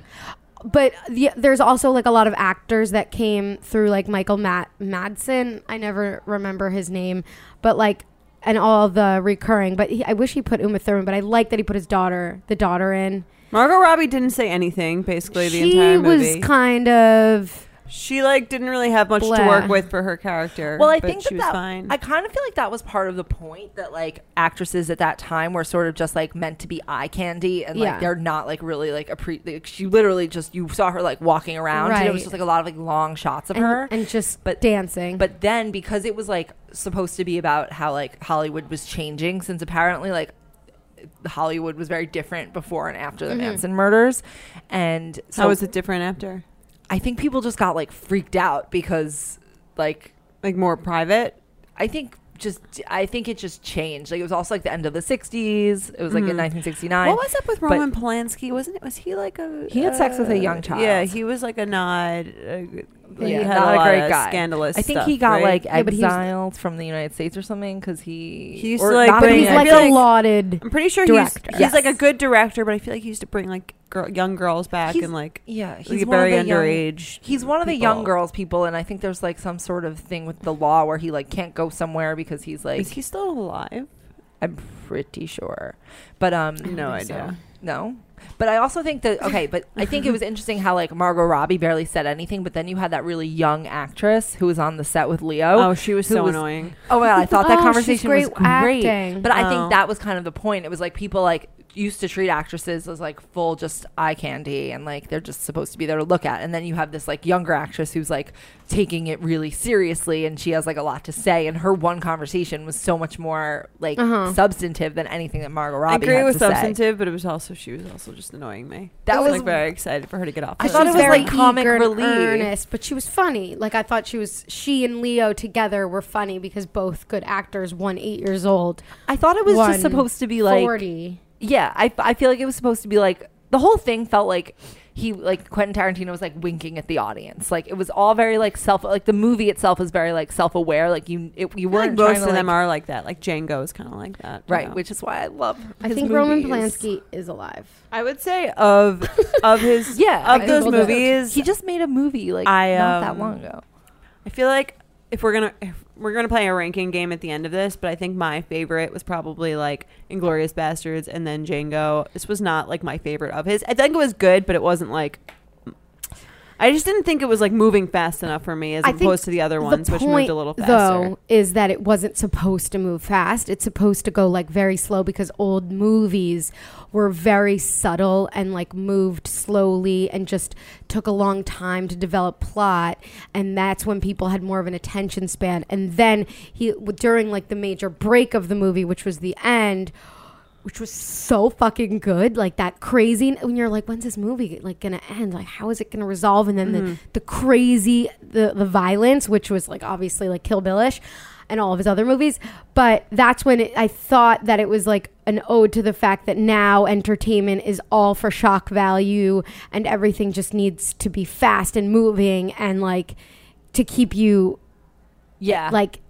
S1: but the, there's also like a lot of actors that came through like Michael Matt Madsen. I never remember his name, but like and all the recurring. But he, I wish he put Uma Thurman. But I like that he put his daughter, the daughter, in.
S3: Margot Robbie didn't say anything basically the
S1: She
S3: entire
S1: was
S3: movie.
S1: kind of
S3: she like didn't really have much to
S1: Blah.
S3: work with for her character.
S2: Well, I
S3: but
S2: think
S3: she
S2: that,
S3: was
S2: that
S3: fine.
S2: I kind of feel like that was part of the point that like actresses at that time were sort of just like meant to be eye candy and like
S1: Yeah.
S2: they're not like really like a pre. Like, she literally just you saw her like walking around. And it was
S1: Right.
S2: just like a lot of like long shots of
S1: and,
S2: her
S1: and just
S2: but-
S1: dancing.
S2: But then because it was like supposed to be about how like Hollywood was changing since apparently like Hollywood was very different before and after the Manson murders. And so
S3: Mm-hmm. How was it different after?
S2: I think people just got like freaked out because like
S3: Like more private.
S2: I think just I think it just changed. Like it was also like the end of the 60s. It was
S3: Mm-hmm.
S2: like in 1969.
S3: What was up with
S2: but-
S3: Roman Polanski? Wasn't it? Was he like a?
S2: He had sex with a young child.
S3: Yeah, he was like a not. Uh,
S2: Yeah,
S3: he had
S2: not a
S3: lot
S2: great
S3: of
S2: guy.
S3: Scandalous.
S2: I think
S3: stuff,
S2: he got
S3: right?
S2: like
S1: Yeah, but he was-
S2: exiled from the United States or something because he
S3: He used
S2: or
S3: to, like,
S2: not
S1: but
S3: bring
S1: he's
S3: I
S1: like
S3: feel
S1: a
S3: like-
S1: lauded.
S3: I'm pretty sure
S1: Director.
S3: he's
S2: Yes.
S3: he's like a good director, but I feel like he used to bring like girl, young girls back
S2: He's-
S3: and like
S2: yeah, he's
S3: like,
S2: one
S3: very
S2: of the young-
S3: underage.
S2: He's one of the young
S3: people.
S2: girls people, and I think there's like some sort of thing with the law where he like can't go somewhere because he's like
S3: Is he still alive?
S2: I'm pretty sure, but um
S3: No
S2: I don't think
S3: idea.
S2: no. But I also think that okay, but I think it was interesting how like Margot Robbie barely said anything, but then you had that really young actress who was on the set with Leo.
S3: Oh, she was
S2: who
S3: so
S2: was-
S3: annoying.
S2: Oh my god, I thought
S1: Oh,
S2: that
S1: she's
S2: conversation
S1: great
S2: was great.
S1: acting.
S2: But I
S3: Oh.
S2: think that was kind of the point. It was like people like used to treat actresses as like full just eye candy and like they're just supposed to be there to look at. And then you have this like younger actress who's like taking it really seriously and she has like a lot to say and her one conversation was so much more like
S1: Uh-huh.
S2: substantive than anything that Margot Robbie
S3: I agree
S2: had
S3: with
S2: to say.
S3: substantive, but it was also she was also just annoying me.
S2: That
S3: I
S2: was-
S3: like very excited for her to get off.
S2: I
S3: the
S2: thought it
S1: She's
S2: was,
S1: very
S2: like, comic
S1: eager and
S2: relief.
S1: earnest, but she was funny. Like I thought she was. She and Leo together were funny because both good actors. One eight years old.
S2: I thought it was
S1: one
S2: just supposed to be like
S1: forty.
S2: Yeah, I, I feel like it was supposed to be like the whole thing felt like he like Quentin Tarantino was like winking at the audience. Like it was all very like self like the movie itself is very like self aware. Like you it, you
S3: I feel like
S2: weren't trying
S3: most
S2: to,
S3: of
S2: like-
S3: them are like that. Like Django is kind of like that, you
S2: right,
S3: know?
S2: which is why I love.
S1: I
S2: his
S1: think Roman
S2: movies.
S1: Polanski is alive.
S3: I would say of of his
S2: Yeah,
S3: of
S2: I
S3: those
S1: think so.
S3: movies.
S2: He just made a movie like
S3: I,
S2: not that
S3: um,
S2: long ago.
S3: I feel like if we're gonna if we're gonna play a ranking game at the end of this, but I think my favorite was probably like Inglorious Bastards and then Django. This was not like my favorite of his. I think it was good, but it wasn't like. I just didn't think it was like moving fast enough for me as
S1: I think
S3: opposed to the other ones,
S1: the
S3: which
S1: point,
S3: moved a little faster.
S1: Though is that it wasn't supposed to move fast. It's supposed to go like very slow because old movies were very subtle and like moved slowly and just took a long time to develop plot and that's when people had more of an attention span and then he during like the major break of the movie which was the end which was so fucking good. Like that crazy when you're like, when's this movie like gonna end? Like how is it gonna resolve? And then the, the crazy the the violence, which was like obviously like Kill Billish and all of his other movies. But that's when it, I thought that it was like an ode to the fact that now entertainment is all for shock value and everything just needs to be fast and moving and like to keep you
S2: Yeah,
S1: like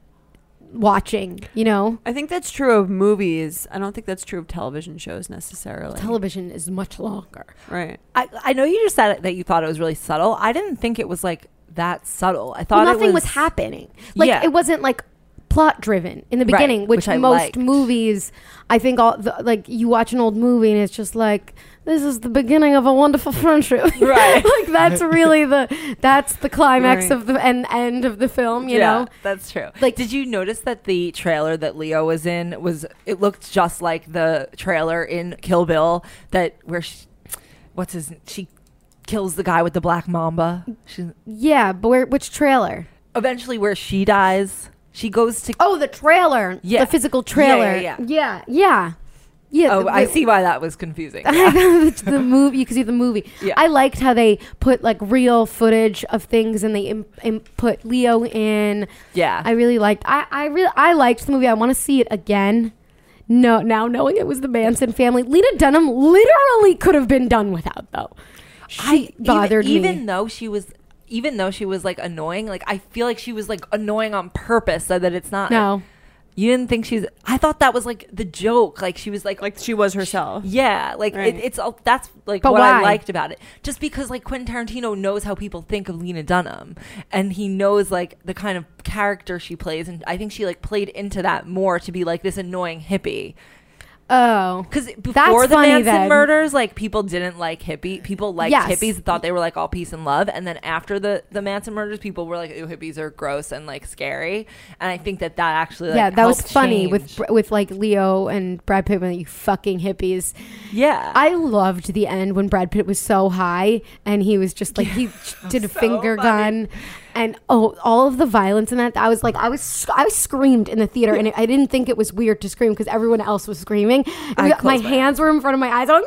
S1: watching, you know?
S3: I think that's true of movies. I don't think that's true of television shows necessarily.
S1: Television is much longer.
S3: right.
S2: I I know you just said it, that you thought it was really subtle. I didn't think it was like that subtle. I thought
S1: Well, nothing
S2: it
S1: was, happening. Like
S2: Yeah.
S1: it wasn't like plot driven in the
S2: Right,
S1: beginning, which,
S2: which I
S1: most
S2: liked.
S1: movies, I think all the, like you watch an old movie and it's just like this is the beginning of a wonderful friendship.
S3: Right.
S1: like that's really the that's the climax
S3: Right.
S1: of the and end of the film, you know.
S2: that's true.
S1: Like-
S2: Like, did you notice that the trailer that Leo was in was it looked just like the trailer in Kill Bill that where she, what's his she kills the guy with the black mamba. She,
S1: Yeah, but where, which trailer?
S2: eventually, where she dies, she goes to.
S1: Oh, the trailer.
S2: Yeah.
S1: The physical
S2: Yeah, yeah,
S1: trailer.
S2: yeah.
S1: yeah. Yeah. Yeah,
S2: Oh,
S1: the-
S2: I
S1: the-
S2: see why that was confusing.
S1: the, the movie you can see the movie
S2: Yeah.
S1: i liked how they put like real footage of things and they im- im- put leo in
S2: yeah,
S1: i really liked i i really i liked the movie i want to see it again no now knowing it was the manson family lena dunham literally could have been done without though she
S2: even-
S1: bothered
S2: even,
S1: me
S2: though she was even though she was like annoying like i feel like she was like annoying on purpose so that it's not
S1: no
S2: you didn't think she's i thought that was like the joke like she was like
S3: Like she was herself.
S2: yeah like
S3: Right.
S2: it, it's all that's like
S1: But
S2: what
S1: why?
S2: i liked about it just because like quentin tarantino knows how people think of lena dunham and he knows like the kind of character she plays and i think she like played into that more to be like this annoying hippie
S1: oh
S2: because before the
S1: funny
S2: Manson
S1: then.
S2: murders, like people didn't like hippie. People liked
S1: Yes.
S2: hippies and thought they were like all peace and love. And then after the the Manson murders, people were like, "Ew, hippies are gross and like scary." And I think that that actually like,
S1: yeah that was
S2: helped
S1: funny with
S2: change.
S1: Br- with like leo and brad pitt when you fucking hippies
S2: yeah.
S1: I loved the end when Brad Pitt was so high and he was just like he did a
S2: So
S1: finger
S2: funny.
S1: gun and oh all of the violence in that I was like I was I screamed in the theater and I didn't think it was weird to scream because everyone else was screaming. my
S2: I closed my
S1: hands were in front of my eyes. I'm like,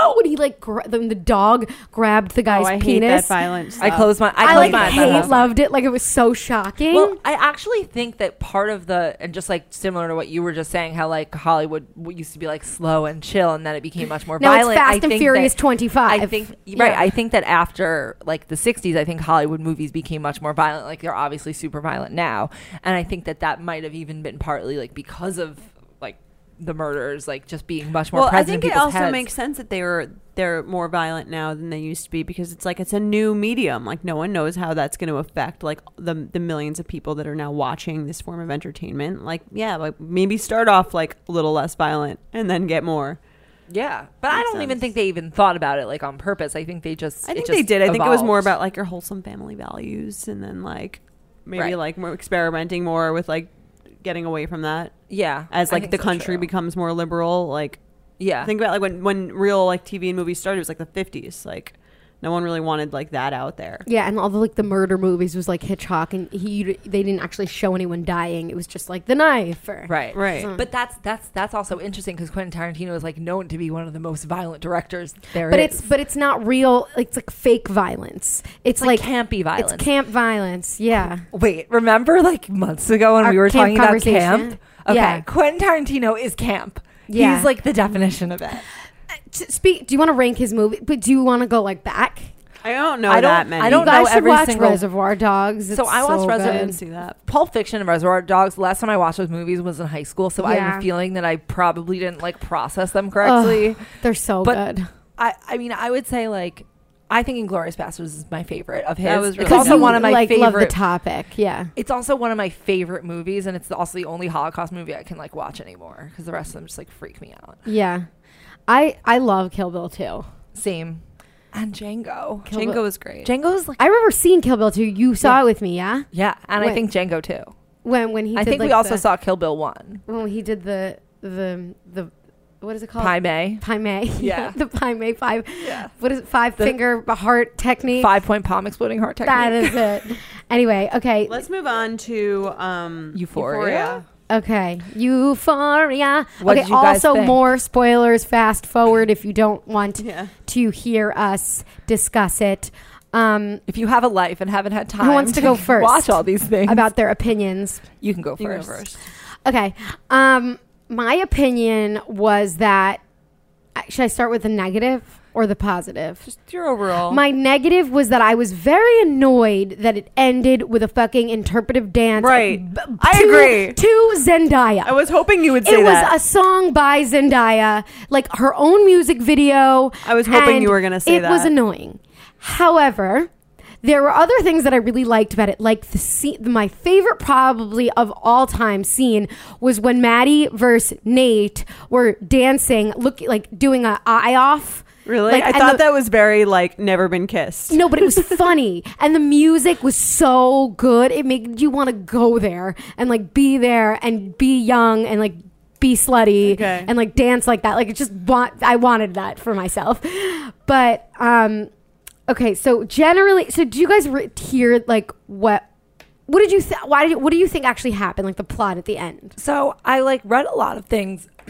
S1: no! And he like gra- then the dog grabbed the
S3: Oh,
S1: guy's
S3: I hate that
S1: penis.
S3: violence.
S2: I closed my. I,
S1: I,
S2: closed
S1: like
S2: my eyes. I
S1: hate
S2: was
S1: loved it. Like it was so shocking.
S2: Well, I actually think that part of the and just like similar to what you were just saying, how like Hollywood w- used to be like slow and chill, and then it became much more
S1: Now it's
S2: violent.
S1: Fast
S2: I
S1: and
S2: think
S1: Furious
S2: that-
S1: 25.
S2: I think right.
S1: Yeah.
S2: I think that after like the '60s, I think Hollywood movies became much more violent. Like they're obviously super violent now, and I think that that might have even been partly like because of like the murders, like just being much more
S3: well, I
S2: present. in
S3: think it
S2: people's
S3: also
S2: heads.
S3: makes sense that they were they're more violent now than they used to be because it's like it's a new medium. Like no one knows how that's going to affect like the the millions of people that are now watching this form of entertainment. Like yeah, like maybe start off like a little less violent and then get more.
S2: yeah, but I
S3: Makes
S2: don't even
S3: sense.
S2: think they even thought about it like on purpose. I think they just
S3: I
S2: it
S3: think
S2: just
S3: they did. I think it was more
S2: evolved.
S3: about like your wholesome family values and then like maybe
S2: Right.
S3: like more experimenting more with like getting away from that
S2: yeah
S3: as
S2: I
S3: like
S2: think
S3: the
S2: so,
S3: country
S2: true.
S3: becomes more liberal like
S2: yeah
S3: Think about like when when real like TV and movies started it was like the 50s. Like no one really wanted like that out there.
S1: Yeah, and all the like the murder movies was like Hitchcock, and he they didn't actually show anyone dying. It was just like the knife, or
S2: right
S3: Right.
S1: Mm.
S2: but that's that's that's also interesting because quentin tarantino is like known to be one of the most violent directors there
S1: But
S2: is.
S1: it's but it's not real. It's like fake violence. It's,
S2: It's
S1: like,
S2: like campy violence.
S1: It's camp violence. Yeah.
S2: wait remember like months ago when
S1: Our
S2: we were
S1: camp
S2: talking about
S1: conversation?
S2: camp okay
S1: Yeah.
S2: quentin tarantino is camp
S1: Yeah.
S2: he's like the definition of it
S1: Uh, T- speak. Do you want to rank his movie? But do you want to go like back?
S3: I don't know
S2: I don't-
S3: that many.
S2: I
S1: You
S2: don't know
S1: guys should
S2: every
S1: watch
S2: single-
S1: Reservoir Dogs.
S2: So
S1: It's
S2: I watched
S1: good.
S3: I
S2: Reservoir-
S3: didn't see that.
S2: Pulp Fiction and Reservoir Dogs. The last time I watched those movies was in high school, so I have
S1: Yeah.
S2: a feeling that I probably didn't like process them
S1: Ugh,
S2: correctly.
S1: they're so
S2: But-
S1: good.
S2: I, I mean, I would say like, I think Inglorious Bastards is my favorite of his.
S3: That was
S2: it's
S3: really
S2: also
S3: good.
S2: one of my
S1: like,
S2: favorite.
S1: Love the topic. Yeah.
S2: it's also one of my favorite movies, and it's also the only Holocaust movie I can like watch anymore because the rest of them just like freak me out.
S1: Yeah. I I love Kill Bill too.
S2: Same, and Django.
S1: Kill Bill-
S3: Django was great.
S2: Django's like
S1: I remember seeing Kill Bill too. You saw it with me, yeah?
S2: yeah, and
S1: Wait.
S2: I think Django too.
S1: When when he
S2: I
S1: did,
S2: think
S1: like,
S2: we also
S1: the-
S2: saw Kill Bill one.
S1: when he did the the the what is it called?
S2: Pi May.
S1: Pi May.
S2: Yeah.
S1: the Pi May five.
S2: Yeah.
S1: What is it? Five
S2: The-
S1: finger heart technique.
S2: Five point palm exploding heart technique.
S1: That is it. anyway, okay,
S3: Let's move on to um
S2: Euphoria?
S1: okay. Euphoria.
S2: What
S1: okay.
S2: did you guys
S1: also,
S2: think?
S1: more spoilers. Fast forward if you don't want
S3: Yeah.
S1: to hear us discuss it um,
S2: If you have a life and haven't had time,
S1: wants to go first?
S2: Watch all these things.
S1: about their opinions.
S2: you can go
S3: You go
S2: first.
S3: first.
S1: Okay. Um, my opinion was that. uh, Should I start with the negative or the positive?
S3: Just your overall.
S1: My negative was that I was very annoyed that it ended with a fucking interpretive dance.
S3: Right.
S1: b-
S3: I
S1: to-
S3: agree.
S1: To Zendaya.
S3: I was hoping you would say
S1: it was
S3: that.
S1: a song by Zendaya, like her own music video.
S3: I was hoping
S1: and
S3: you were gonna say
S1: It was
S3: that.
S1: annoying. However, there were other things that I really liked about it, like the scene. My favorite, probably of all time, scene was when Maddie versus Nate were dancing, look like doing a eye off.
S3: Really?
S1: Like,
S3: I
S1: and
S3: thought
S1: the-
S3: that was very like never been kissed.
S1: No, but it was funny. And the music was so good. It made you want to go there and like be there and be young and like be slutty
S3: Okay.
S1: and like dance like that. Like it just want I wanted that for myself. But um okay, so generally so do you guys re- hear like what what did you th- why did you, what do you think actually happened like the plot at the end?
S2: So I like read a lot of things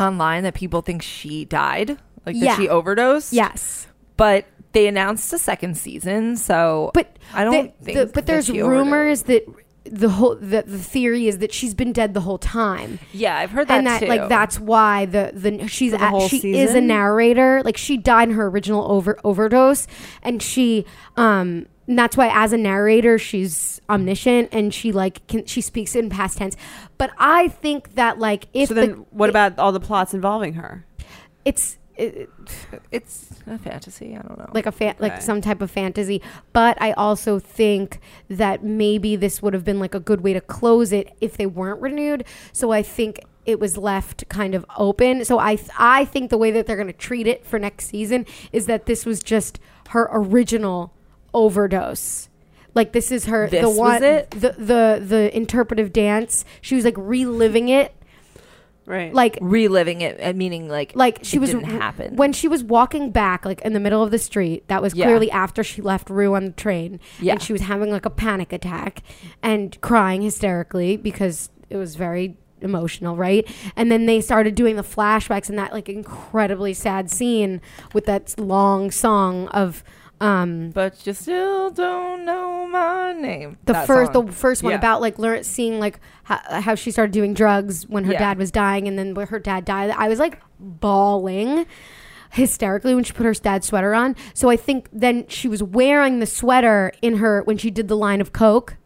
S2: online that people think she died, like
S1: Yeah.
S2: that she overdosed.
S1: Yes.
S2: but they announced a second season, so
S1: But
S2: I don't
S1: the-
S2: think.
S1: the- but
S2: that
S1: there's
S2: she
S1: rumors that the whole the, the theory is that she's been dead the whole time.
S2: overdosed. Yeah, I've heard that,
S1: and that
S2: too.
S1: like that's why the the she's
S3: the
S1: at-
S3: whole
S1: she is a
S3: season?
S1: narrator like she died in her original over overdose and she um and that's why as a narrator she's omniscient and she like can she speaks in past tense but i think that like if
S3: So then,
S1: the-
S3: what about all the plots involving her?
S1: it's it,
S2: it's a fantasy. I don't know.
S1: like a fan like
S3: Okay.
S1: some type of fantasy but i also think that maybe this would have been like a good way to close it if they weren't renewed so i think it was left kind of open so i th- i think the way that they're going to treat it for next season is that this was just her original overdose like this is her
S2: This
S1: the
S2: was
S1: one
S2: it?
S1: the the the interpretive dance she was like reliving it
S3: Right.
S1: like
S2: reliving it, uh, meaning like
S1: like she
S2: it
S1: was
S2: didn't happen
S1: when she was walking back like in the middle of the street that was
S2: Yeah.
S1: clearly after she left rue on the train
S2: Yeah.
S1: and she was having like a panic attack and crying hysterically because it was very emotional right and then they started doing the flashbacks and that like incredibly sad scene with that long song of um
S2: But you still don't know my name.
S1: the
S2: That
S1: first
S2: song.
S1: the first one
S3: Yeah.
S1: about like learn seeing like how, how she started doing drugs when her
S2: Yeah.
S1: dad was dying and then when her dad died i was like bawling hysterically when she put her dad's sweater on so i think then she was wearing the sweater in her when she did the line of coke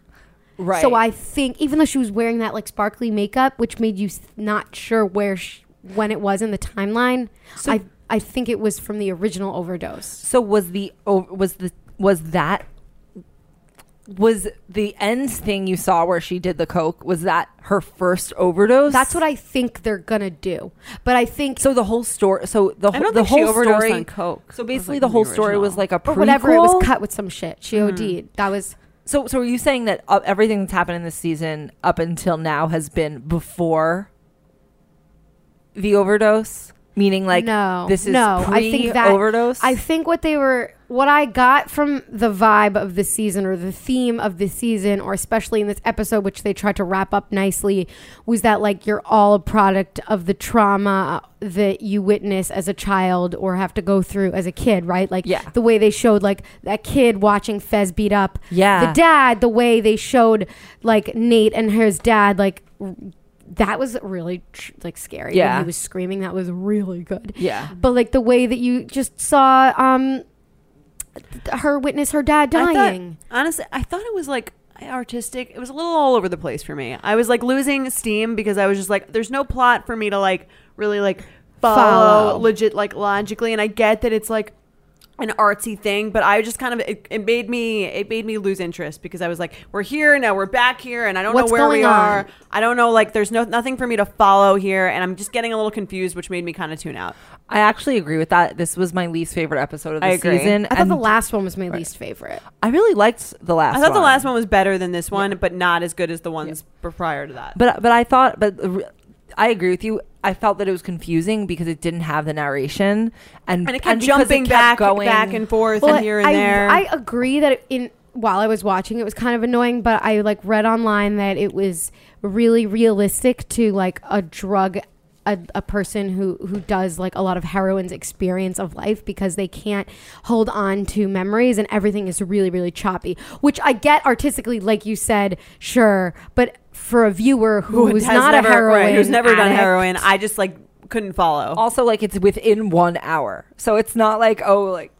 S2: right.
S1: so i think even though she was wearing that like sparkly makeup which made you s- not sure where she, when it was in the timeline
S2: So-
S1: i i think it was from the original overdose
S2: So was the oh, was the was that was the ends thing you saw where she did the coke? Was that her first overdose?
S1: that's what i think they're gonna do but i think
S2: So the whole story. So the
S3: I
S2: whole
S3: don't
S2: the
S3: think she
S2: whole
S3: overdosed
S2: story.
S3: on coke.
S2: So
S3: It was,
S2: basically,
S3: like,
S2: the
S3: in
S2: whole story
S3: original.
S2: was like a
S1: or
S2: prequel. Hmm.
S1: whatever it was cut with some shit she od'd that was
S2: So so are you saying that uh, everything that's happened in this season up until now has been before the overdose? Meaning like
S1: no
S2: this is
S1: no i think that
S2: overdose.
S1: i think what they were what i got from the vibe of the season or the theme of the season or especially in this episode which they tried to wrap up nicely was that like you're all a product of the trauma that you witness as a child or have to go through as a kid right like
S2: Yeah.
S1: the way they showed like that kid watching fez beat up
S2: Yeah.
S1: the dad the way they showed like nate and his dad like r- that was really tr- like scary when
S2: Yeah.
S1: he was screaming that was really good
S2: yeah.
S1: but like the way that you just saw um th- her witness her dad
S3: I thought-
S1: dying
S3: honestly, I thought it was like artistic. It was a little all over the place for me. I was like losing steam because I was just like, there's no plot for me to like really like follow,
S1: Follow.
S3: legit like logically. And I get that it's like an artsy thing, but I just kind of it, it made me it made me lose interest because I was like, we're here now, we're back here, and I don't
S1: What's
S3: know where we
S1: going on?
S3: are. I don't know like there's no nothing for me to follow here, and I'm just getting a little confused, which made me kind of tune out.
S2: I actually agree with that. This was my least favorite episode of the
S3: I agree.
S2: season.
S1: i thought
S2: and
S1: the last one was my least favorite
S2: I really liked the last.
S3: I thought
S2: one.
S3: the last one was better than this one, but not as good as the ones prior to that.
S2: But but I thought but the re- I agree with you. I felt that it was confusing because it didn't have the narration and
S3: and it kept
S2: because
S3: jumping
S2: kept
S3: back
S2: going
S3: back and forth and here and
S1: I,
S3: there.
S1: I agree that it- in while I was watching, it was kind of annoying, but I like read online that it was really realistic to like a drug. A, a person who who does like a lot of heroin's experience of life because they can't hold on to memories and everything is really really choppy which i get artistically like you said sure but for a viewer who, was
S3: has
S1: not
S3: never-
S1: a heroin
S3: right, who's never done
S1: addict-
S3: heroin. I just like couldn't follow.
S2: also like it's within one hour. So it's not like oh like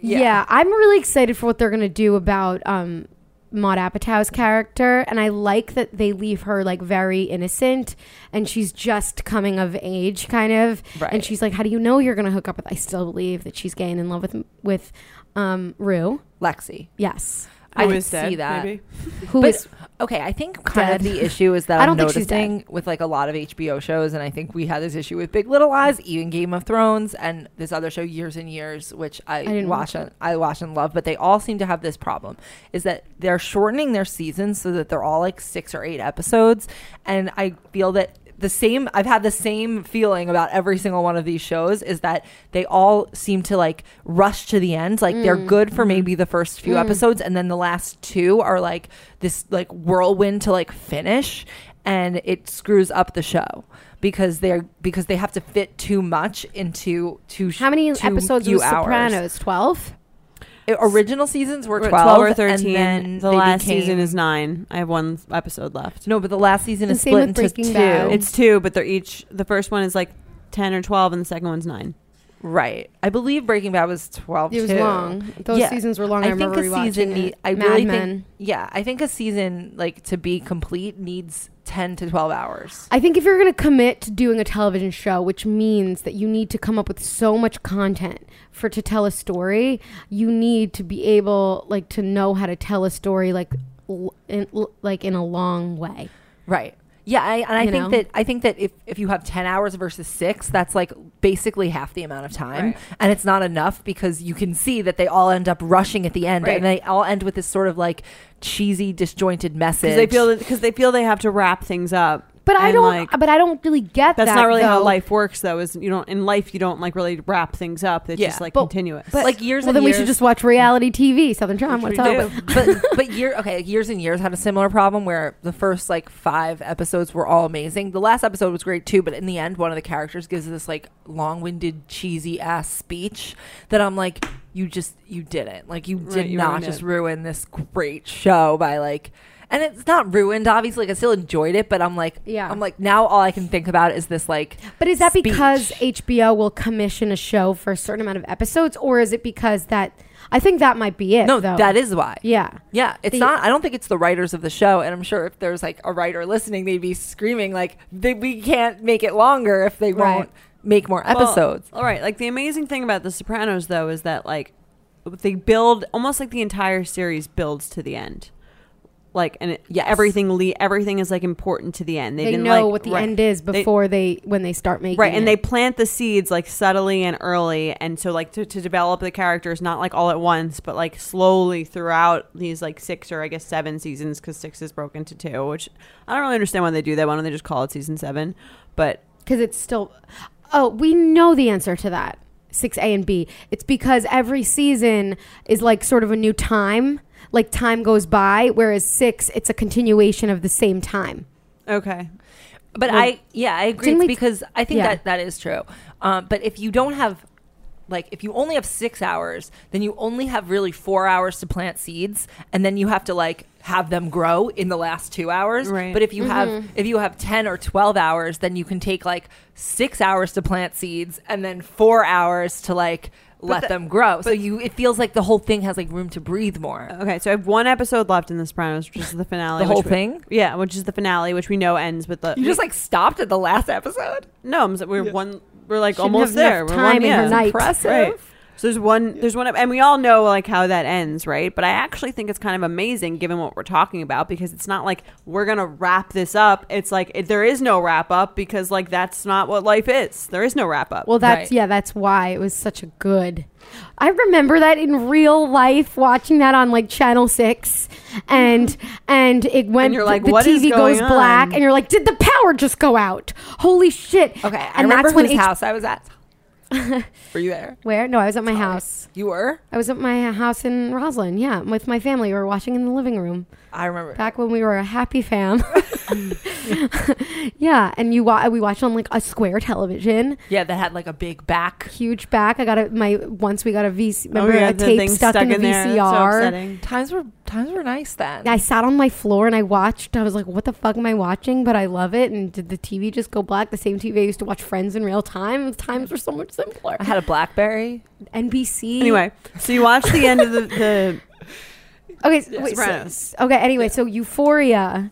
S1: Yeah. I'm really excited for what they're gonna do about um Maud Apatow's character, and I like that they leave her like very innocent, and she's just coming of age, kind of.
S2: Right.
S1: And she's like, "How do you know you're gonna hook up with?" I still believe that she's gay and in love with with um Rue.
S2: Lexi.
S1: Yes,
S2: I
S1: Who
S2: could
S3: is dead,
S2: see that.
S3: maybe.
S1: Who
S2: But-
S1: is
S2: Okay, I think kind of
S1: Dead.
S2: the issue is that
S1: I
S2: I
S1: don't
S2: am
S1: think she's dead.
S2: noticing with like a lot of HBO shows, and I think we had this issue with Big Little Lies, even Game of Thrones, and this other show Years and Years, which I,
S1: didn't watch
S2: watch,
S1: it.
S2: and I watch and love, but they all seem to have this problem: is that they're shortening their seasons so that they're all like six or eight episodes, and I feel that. The same, I've had the same feeling about every single one of these shows is that they all seem to like rush to the end. Like they're
S1: Mm,
S2: good
S1: mm-hmm.
S2: for maybe the first few episodes, and then the last two are like this like whirlwind to like finish and it screws up the show because they're because they have to fit too much into too sh-
S1: how many
S2: too
S1: episodes
S2: few
S1: was
S2: hours.
S1: Sopranos? Twelve.
S2: I- eh, original seasons were
S3: We're at
S2: 12,
S3: or thirteen.
S2: and then
S3: the
S2: they
S3: last
S2: became-
S3: season is nine. I have one episode left.
S2: no but the last season
S1: The
S2: is
S1: same
S2: split
S1: with
S2: into
S1: Breaking
S2: two
S1: Bad.
S3: It's two, but they're each. The first one is like ten or twelve, and the second one's nine.
S2: right i believe breaking bad was 12
S1: It was
S2: too.
S1: long. Those
S2: Yeah.
S1: seasons were long. I,
S2: I, think
S1: remember
S2: a season
S1: rewatching
S2: need,
S1: it.
S2: I
S1: Mad
S2: really
S1: Men.
S2: think yeah, I think a season like to be complete needs 10 to 12 hours.
S1: I think if you're going to commit to doing a television show, which means that you need to come up with so much content for to tell a story, you need to be able like to know how to tell a story like l- in, l- like in a long way.
S2: Right. Yeah, I, and I
S1: You
S2: think
S1: know?
S2: that I think that if, if you have ten hours versus six, that's like basically half the amount of time,
S3: Right.
S2: and it's not enough because you can see that they all end up rushing at the end,
S3: Right.
S2: and they all end with this sort of like cheesy, disjointed message.
S3: Because they feel because they feel they have to wrap things up.
S1: But I
S3: And,
S1: don't
S3: like,
S1: but I don't really get
S3: that's
S1: that.
S3: not really how
S1: though.
S3: life works, though. Is you don't in life you don't like really wrap things up. It's
S2: Yeah.
S3: just like
S1: But-
S3: continuous.
S1: But
S2: like years.
S1: Well,
S2: and
S1: then we
S2: years.
S1: should just watch reality TV. Southern Charm,
S3: Which
S1: what's
S3: we
S1: up?
S3: do.
S2: but but year okay years and years had a similar problem where the first like five episodes were all amazing the last episode was great too but in the end one of the characters gives this like long-winded cheesy ass speech that i'm like you just you didn't like you did
S3: Right, you
S2: not
S3: ruined
S2: just
S3: it.
S2: ruin this great show by like and it's not ruined obviously like i still enjoyed it but i'm like
S1: Yeah.
S2: i'm like now all i can think about is this like
S1: But is that
S2: speech.
S1: because HBO will commission a show for a certain amount of episodes or is it because that I think that might be it.
S2: no
S1: though.
S2: that is why
S1: Yeah.
S2: Yeah, it's
S1: The-
S2: not. I don't think it's the writers of the show, and I'm sure if there's like a writer listening, they'd be screaming like, they, "We can't make it longer if they
S1: Right.
S2: won't make more episodes."
S3: Well, all right. Like the amazing thing about The Sopranos, though, is that like they build almost like the entire series builds to the end. Like and it, yeah,
S2: Yes.
S3: everything le- everything is like important to the end. They,
S1: they,
S3: didn't
S1: know
S3: like,
S1: what the
S3: right,
S1: end is
S3: They-
S1: before they, when they start making
S3: Right, and
S1: it.
S3: they plant the seeds like subtly and early, and so like to, to develop the characters not like all at once, but like slowly throughout these like six or I guess seven seasons because six is broken to two, which I don't really understand why they do that. Why don't they just call it season seven? But
S1: because it's still oh we know the answer to that 6a and b it's because every season is like sort of a new time like time goes by whereas 6 it's a continuation of the same time
S3: okay,
S2: But
S1: Well,
S2: I, yeah, I agree
S1: didn't
S2: it's
S1: we-
S2: because I think
S1: yeah.
S2: that that is true. Um, but if you don't have, like, if you only have six hours, then you only have really four hours to plant seeds, and then you have to like have them grow in the last two hours.
S3: Right.
S2: But if you have if you have ten or twelve hours, then you can take like six hours to plant seeds, and then four hours to like let
S3: the-
S2: them grow. So you, it feels like the whole thing has like room to breathe more.
S3: Okay, so I have one episode left in The Sopranos, which is the finale.
S2: the
S3: which
S2: whole
S3: we-
S2: thing.
S3: yeah, which is the finale, which we know ends with the.
S2: You just like stopped at the last episode.
S3: no, I'm, s- we're one. We're like
S1: She didn't
S3: almost
S1: have enough
S3: there. We're
S1: time
S3: one,
S1: in her
S3: yeah.
S1: night.
S2: Impressive.
S3: Right. So there's one, there's one, and we all know like how that ends, right? But I actually think it's kind of amazing given what we're talking about because it's not like we're gonna wrap this up. It's like it, there is no wrap up because like that's not what life is. There is no wrap up.
S1: well that's
S2: Right.
S1: yeah that's why it was such a good i remember that in real life watching that on like channel 6 and and it went
S3: you're like,
S1: the
S3: "What is
S1: tv goes
S3: going
S1: black
S3: on?"
S1: and you're like did the power just go out holy shit
S2: Okay, I
S1: and
S2: remember
S1: that's when
S2: whose
S1: H-
S2: house I was at. Were you there?
S1: where no i was at my house
S2: You were.
S1: I was at my house in Roslyn, yeah, with my family. We were watching in the living room
S2: I remember.
S1: back when we were a happy fam. yeah, and you wa- we watched on like a square television,
S2: yeah, that had like a big back.
S1: huge back. I got a my once we got a VC, remember
S3: Oh, yeah,
S1: a
S3: the
S1: tape
S3: thing
S1: stuck, in, the
S3: there. That's so
S1: VCR.
S3: upsetting.
S2: Times were times were nice then.
S1: I sat on my floor and I watched. I was like, "What the fuck am I watching?" But I love it. And did the TV just go black? The same TV I used to watch Friends in real time. Times were so much simpler.
S2: I had a BlackBerry.
S1: NBC.
S3: Anyway, so you watch the end of the, the
S1: Okay, so- wait,
S3: Sopranos.
S1: so- okay. Anyway, so Euphoria.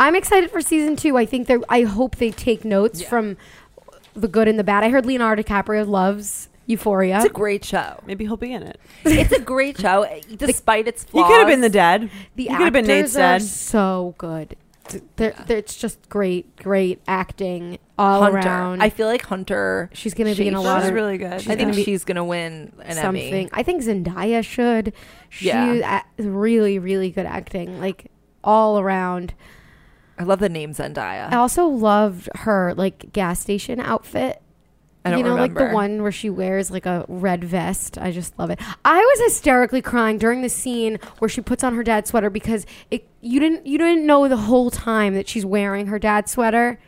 S1: I'm excited for season two. I think they. I hope they take notes
S2: Yeah.
S1: from the good and the bad. I heard Leonardo DiCaprio loves Euphoria.
S2: It's a great show.
S3: Maybe he'll be in it.
S2: It's a great show, eh, despite its
S3: You
S2: flaws.
S3: could have been the dad.
S1: the
S3: you could have been Nate's
S1: actors are
S3: dad.
S1: so good. Th- They're, they're, it's just great, great acting all
S2: Hunter.
S1: around.
S2: I feel like Hunter.
S1: She's gonna be in a
S2: Schaefer-
S1: lot
S3: She's
S1: of-
S3: really good.
S1: she's
S2: I think
S1: gonna be
S2: she's gonna win an
S1: something.
S2: Emmy.
S1: I think Zendaya should. She
S2: Yeah.
S1: a- really, really good acting, like all around.
S2: I love the name Zendaya.
S1: I also loved her like gas station outfit.
S2: I don't
S1: you know, like the
S2: remember.
S1: one where she wears like a red vest. I just love it. I was hysterically crying during the scene where she puts on her dad's sweater because it you didn't you didn't know the whole time that she's wearing her dad's sweater.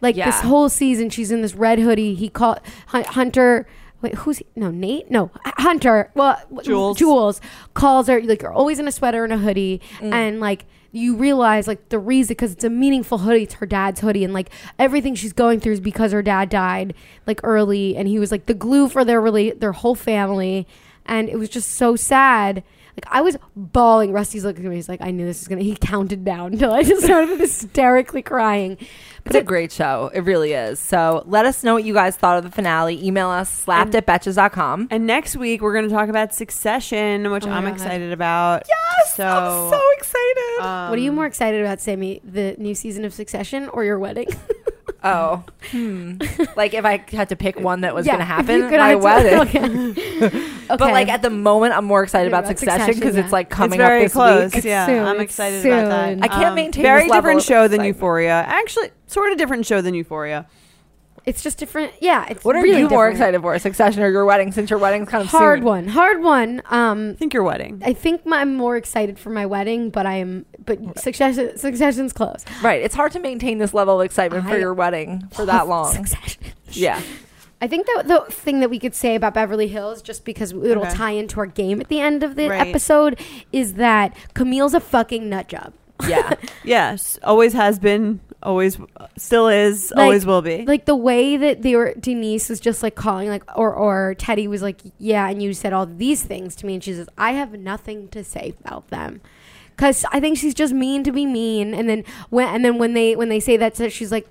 S1: Like this
S2: Yeah.
S1: whole season, she's in this red hoodie. He called Hunter. Wait, who's he? no Nate? No H- Hunter. Well, w-
S3: Jules.
S1: Jules calls her like you're always in a sweater and a hoodie,
S2: Mm.
S1: and like you realize like the reason because it's a meaningful hoodie. It's her dad's hoodie, and like everything she's going through is because her dad died like early, and he was like the glue for their really their whole family, and it was just so sad. Like I was bawling. Rusty's looking at me. He's like, I knew this was gonna. He counted down until I just started hysterically crying.
S2: It's a great show. It really is. So let us know what you guys thought of the finale. Email us slapped at betches.com.
S3: And next week we're going to talk about Succession, which
S1: Oh my
S3: I'm
S1: God.
S3: excited about. So,
S2: I'm so Uh, excited.
S3: um,
S1: what are you more excited about, Sammy? The new season of Succession or your wedding?
S2: oh, hmm. like if I had to pick one that
S1: Uh,
S2: was
S1: Yeah,
S2: going to happen,
S1: you could
S2: my
S1: have to-
S2: wedding.
S1: okay.
S2: But like at the moment, I'm more excited
S1: Yeah,
S2: about
S1: about
S2: Succession because
S1: Succession,
S2: it's
S1: yeah.
S2: like coming
S3: it's very
S2: up this
S3: close.
S2: week.
S3: Yeah,
S1: soon,
S3: I'm
S1: it's
S3: excited about that.
S1: soon. Um,
S2: I can't maintain
S3: Very
S2: this level
S3: different
S2: of
S3: show than
S2: excitement.
S3: Euphoria. Actually, sort of different show than Euphoria.
S1: it's just different. Yeah, it's
S2: What are
S1: really
S2: you more
S1: different.
S2: excited for, Succession or your wedding? Since your wedding's kind of
S1: Hard
S2: soon.
S1: one, hard one. Um,
S3: I think your wedding.
S1: I think my, I'm more excited for my wedding, but I am. But Succession, Succession's close
S2: Right. It's hard to maintain this level of excitement for
S1: I
S2: your wedding for that long.
S1: Succession.
S2: Yeah.
S1: I think that the thing that we could say about Beverly Hills, just because it'll
S3: Okay.
S1: tie into our game at the end of the
S3: Right.
S1: episode, is that Camille's a fucking nut job.
S2: Yeah.
S3: Yes, always has been, always still is,
S1: Like-
S3: always will be.
S1: like the way that they were denise was just like calling like or or teddy was like yeah and you said all these things to me and she says i have nothing to say about them because i think she's just mean to be mean and then when and then when they when they say that to her, she's like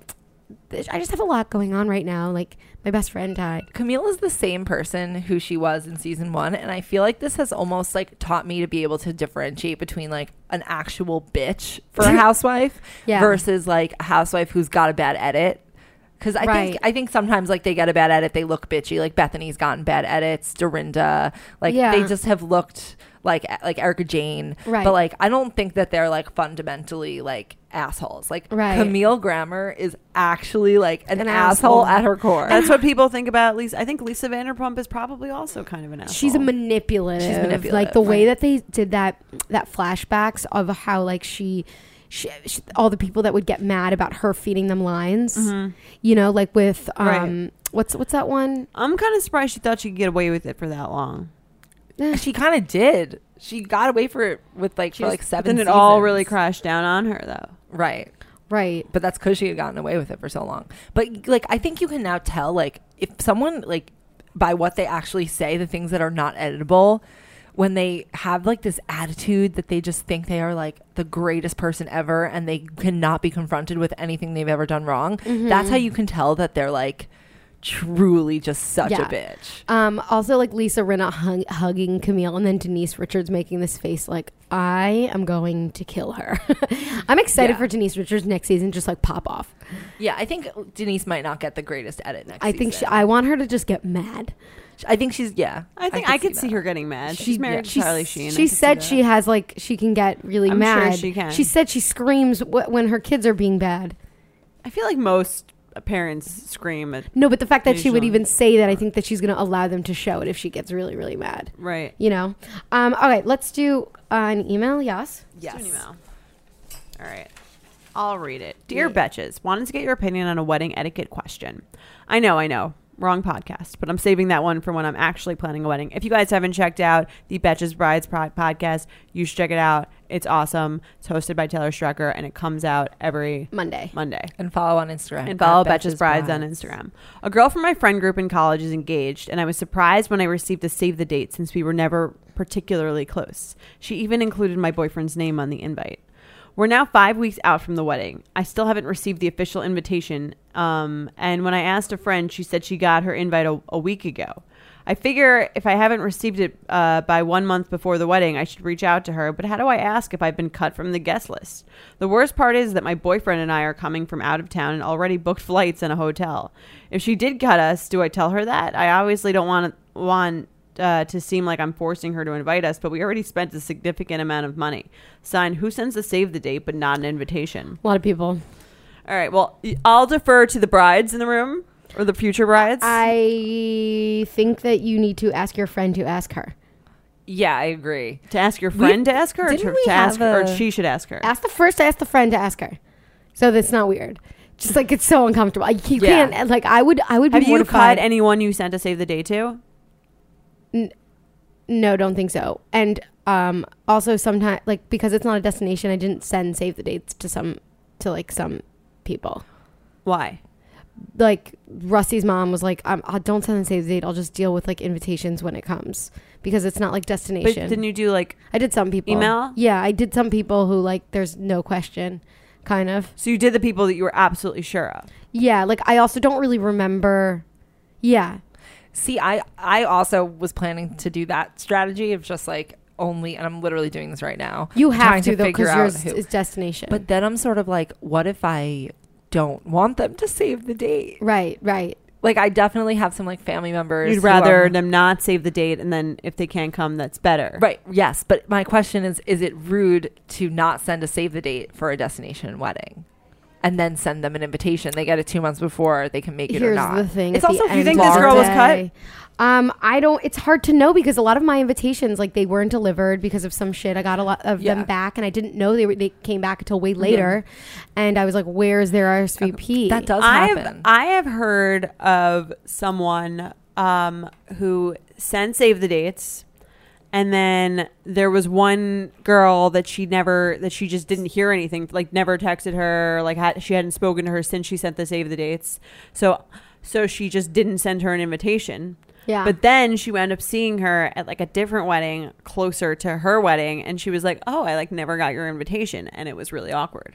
S1: i just have a lot going on right now like my best friend died
S2: Camille is the same person who she was in season one, and I feel like this has almost like taught me to be able to differentiate between like an actual bitch for a housewife
S1: Yeah.
S2: versus like a housewife who's got a bad edit. Because I
S1: Right.
S2: think I think sometimes like they get a bad edit, they look bitchy. Like Bethany's gotten bad edits, Dorinda, like
S1: Yeah.
S2: they just have looked like like Erica Jane.
S1: Right.
S2: But like I don't think that they're like fundamentally like assholes. Like
S1: Right.
S2: Camille Grammer is actually like an,
S1: An
S2: asshole.
S1: asshole.
S2: at her core.
S3: That's what people think about Lisa. I think Lisa Vanderpump is probably also kind of an asshole.
S1: She's a manipulative.
S2: She's manipulative,
S1: Like the way
S2: right.
S1: that they did that that flashbacks of how like she, she, she all the people that would get mad about her feeding them lines.
S2: Mm-hmm.
S3: Mm-hmm.
S1: You know, like with um
S3: Right.
S1: what's what's that one?
S3: I'm kind of surprised she thought she could get away with it for that long.
S1: Eh,
S2: she kind of did. She got away for it with like
S3: She
S2: for
S3: just-
S2: like seven.
S3: Then it all
S2: seasons.
S3: really crashed down on her, though.
S2: right?
S1: Right.
S2: But that's because she had gotten away with it for so long. But like, I think you can now tell like if someone like by what they actually say, the things that are not editable. When they have like this attitude that they just think they are like the greatest person ever and they cannot be confronted with anything they've ever done wrong, that's how you can tell that they're like truly just such
S1: Yeah.
S2: a bitch.
S1: Um, also, like Lisa Rinna hung, hugging Camille, and then Denise Richards making this face like, I am going to kill her. I'm excited
S2: Yeah.
S1: for Denise Richards next season, just like pop off.
S2: Yeah, I think Denise might not get the greatest edit next
S1: I think she,
S2: season.
S1: I want her to just get mad.
S2: I think she's yeah.
S3: I think I, could see, her getting mad. She's married to Charlie Sheen. I
S1: She
S3: could see
S1: said
S3: that.
S1: she has like she can get really
S3: I'm sure
S1: mad.
S3: she can.
S1: said she screams wh- when her kids are being bad.
S3: I feel like most parents scream at
S1: No, but the fact that she would
S3: Usually.
S1: even say that, I think that she's going to allow them to show it if she gets really, really mad.
S3: right.
S1: You know. Um, all right, let's do uh, an email. Yes.
S2: Yes.
S3: Let's do an email. All right. I'll read it. Dear
S1: Yeah.
S3: Betches, wanted to get your opinion on a wedding etiquette question. I know, I know. Wrong podcast, but I'm saving that one for when I'm actually planning a wedding. If you guys haven't checked out the Betches Brides Pro- podcast, you should check it out. It's awesome. It's hosted by Taylor Strucker and it comes out every
S1: Monday.
S3: Monday.
S2: And follow on Instagram.
S3: And
S2: at
S3: follow Betches Brides on
S2: Brides.
S3: Instagram. A girl from my friend group in college is engaged, and I was surprised when I received a save the date since we were never particularly close. She even included my boyfriend's name on the invite. We're now five weeks out from the wedding. I still haven't received the official invitation, um, and when I asked a friend, she said she got her invite a, a week ago. I figure if I haven't received it uh, by one month before the wedding, I should reach out to her. But how do I ask if I've been cut from the guest list? The worst part is that my boyfriend and I are coming from out of town and already booked flights and a hotel. If she did cut us, do I tell her that? I obviously don't want want uh, to seem like I'm forcing her to invite us, but we already spent a significant amount of money. Sign, who sends a save the date but not an invitation?
S1: A lot of people.
S3: All right, well, y- I'll defer to the brides in the room or the future brides.
S1: I think that you need to ask your friend to ask her.
S2: Yeah, I agree.
S3: to ask your friend to ask her, or
S2: didn't
S3: to,
S2: we
S3: to ask
S2: have
S3: her,
S2: a-
S3: or she should ask her.
S1: Ask the first, ask the friend to ask her. So that's not weird. Just like it's so uncomfortable. Like, You
S3: Yeah.
S1: can't like I would I would be
S3: Have you
S1: mortified.
S3: cut anyone you sent to save the day to?
S1: no, don't think so. And um also sometimes like because it's not a destination, I didn't send save the dates to some to like some people.
S3: Why?
S1: Like Rusty's mom was like, um, uh, "Don't send the save the date. I'll just deal with like invitations when it comes because it's not like
S3: But
S1: destination."
S3: didn't you do like
S1: I did some people.
S3: Email?
S1: Yeah, I did some people who like there's no question, kind of.
S3: so you did the people that you were absolutely sure of?
S1: Yeah, like I also don't really remember. Yeah,
S2: See, I I also was planning to do that strategy of just like only, and I'm literally doing this right now.
S1: you have
S2: trying
S1: to, though
S2: figure
S1: because
S2: out
S1: yours
S2: who.
S1: is destination.
S2: But then I'm sort of like, what if I don't want them to save the date?
S1: right, right.
S2: Like, I definitely have some like family members.
S3: You'd
S2: who
S3: rather
S2: are-
S3: them not save the date, and then if they can't come, that's better.
S2: Right. Yes. But my question is is it rude to not send a save the date for a destination wedding? And then send them an invitation. They get it two months before they can make it or
S1: Here's
S2: not.
S1: the thing.
S2: It's
S1: at
S2: also
S1: the
S2: you
S1: end
S3: think
S1: of
S3: this
S1: the
S3: girl was
S1: day- Um, I don't. It's hard to know because a lot of my invitations, like they weren't delivered because of some shit. I got a lot of
S2: Yeah.
S1: them back, and I didn't know they were, they came back until way later. And I was like, "Where's their RSVP?"
S2: that does
S3: I have,
S2: happen.
S3: I have heard of someone um, who sent save the dates, and then there was one girl that she never that she just didn't hear anything, like never texted her, like had, she hadn't spoken to her since she sent the save the dates. So, so she just didn't send her an invitation.
S2: Ah.
S1: Yeah.
S3: But then she wound up seeing her at like a different wedding closer to her wedding, and she was like, "Oh, I like never got your invitation," and it was really awkward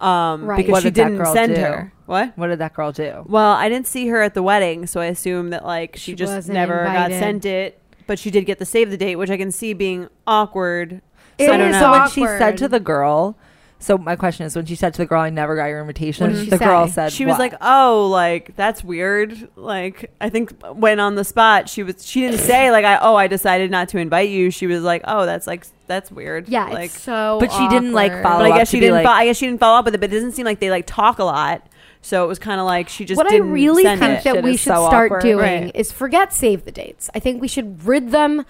S3: um,
S1: Right.
S3: because
S1: What
S3: she
S2: did that
S3: didn't
S2: girl
S3: send
S2: do?
S3: her. What?
S2: what did that girl do?
S3: Well, I didn't see her at the wedding, so I assume that like she,
S1: She
S3: just
S1: wasn't
S3: never
S1: invited.
S3: got sent it. But she did get the save the date, which I can see being awkward.
S1: It
S3: So I don't
S1: is
S3: know.
S2: So
S1: awkward.
S2: when she said to the girl, so my question is when she said to the girl, I never got your
S1: What
S2: invitation,
S1: did she
S2: the girl
S1: say?
S2: said,
S3: she was
S2: what?
S3: like, "Oh, like that's weird." Like I think when on the spot, she was she didn't say like, "I oh, I decided not to invite you." She was like, "Oh, that's like that's weird."
S1: yeah,
S3: like,
S1: it's so.
S2: But she didn't, like,
S1: awkward.
S2: follow
S3: but I
S2: up
S3: guess
S2: to
S3: she
S2: be
S3: didn't.
S2: like-
S3: fo- I guess she didn't follow up with it, but it doesn't seem like they like talk a lot. So it was kind of like she just.
S1: what I
S3: didn't
S1: really
S3: send
S1: think
S3: it.
S1: that
S2: Shit
S1: we
S2: is
S1: should
S2: so
S1: start
S2: awkward.
S1: doing
S3: Right.
S1: is forget save the dates. I think we should rid them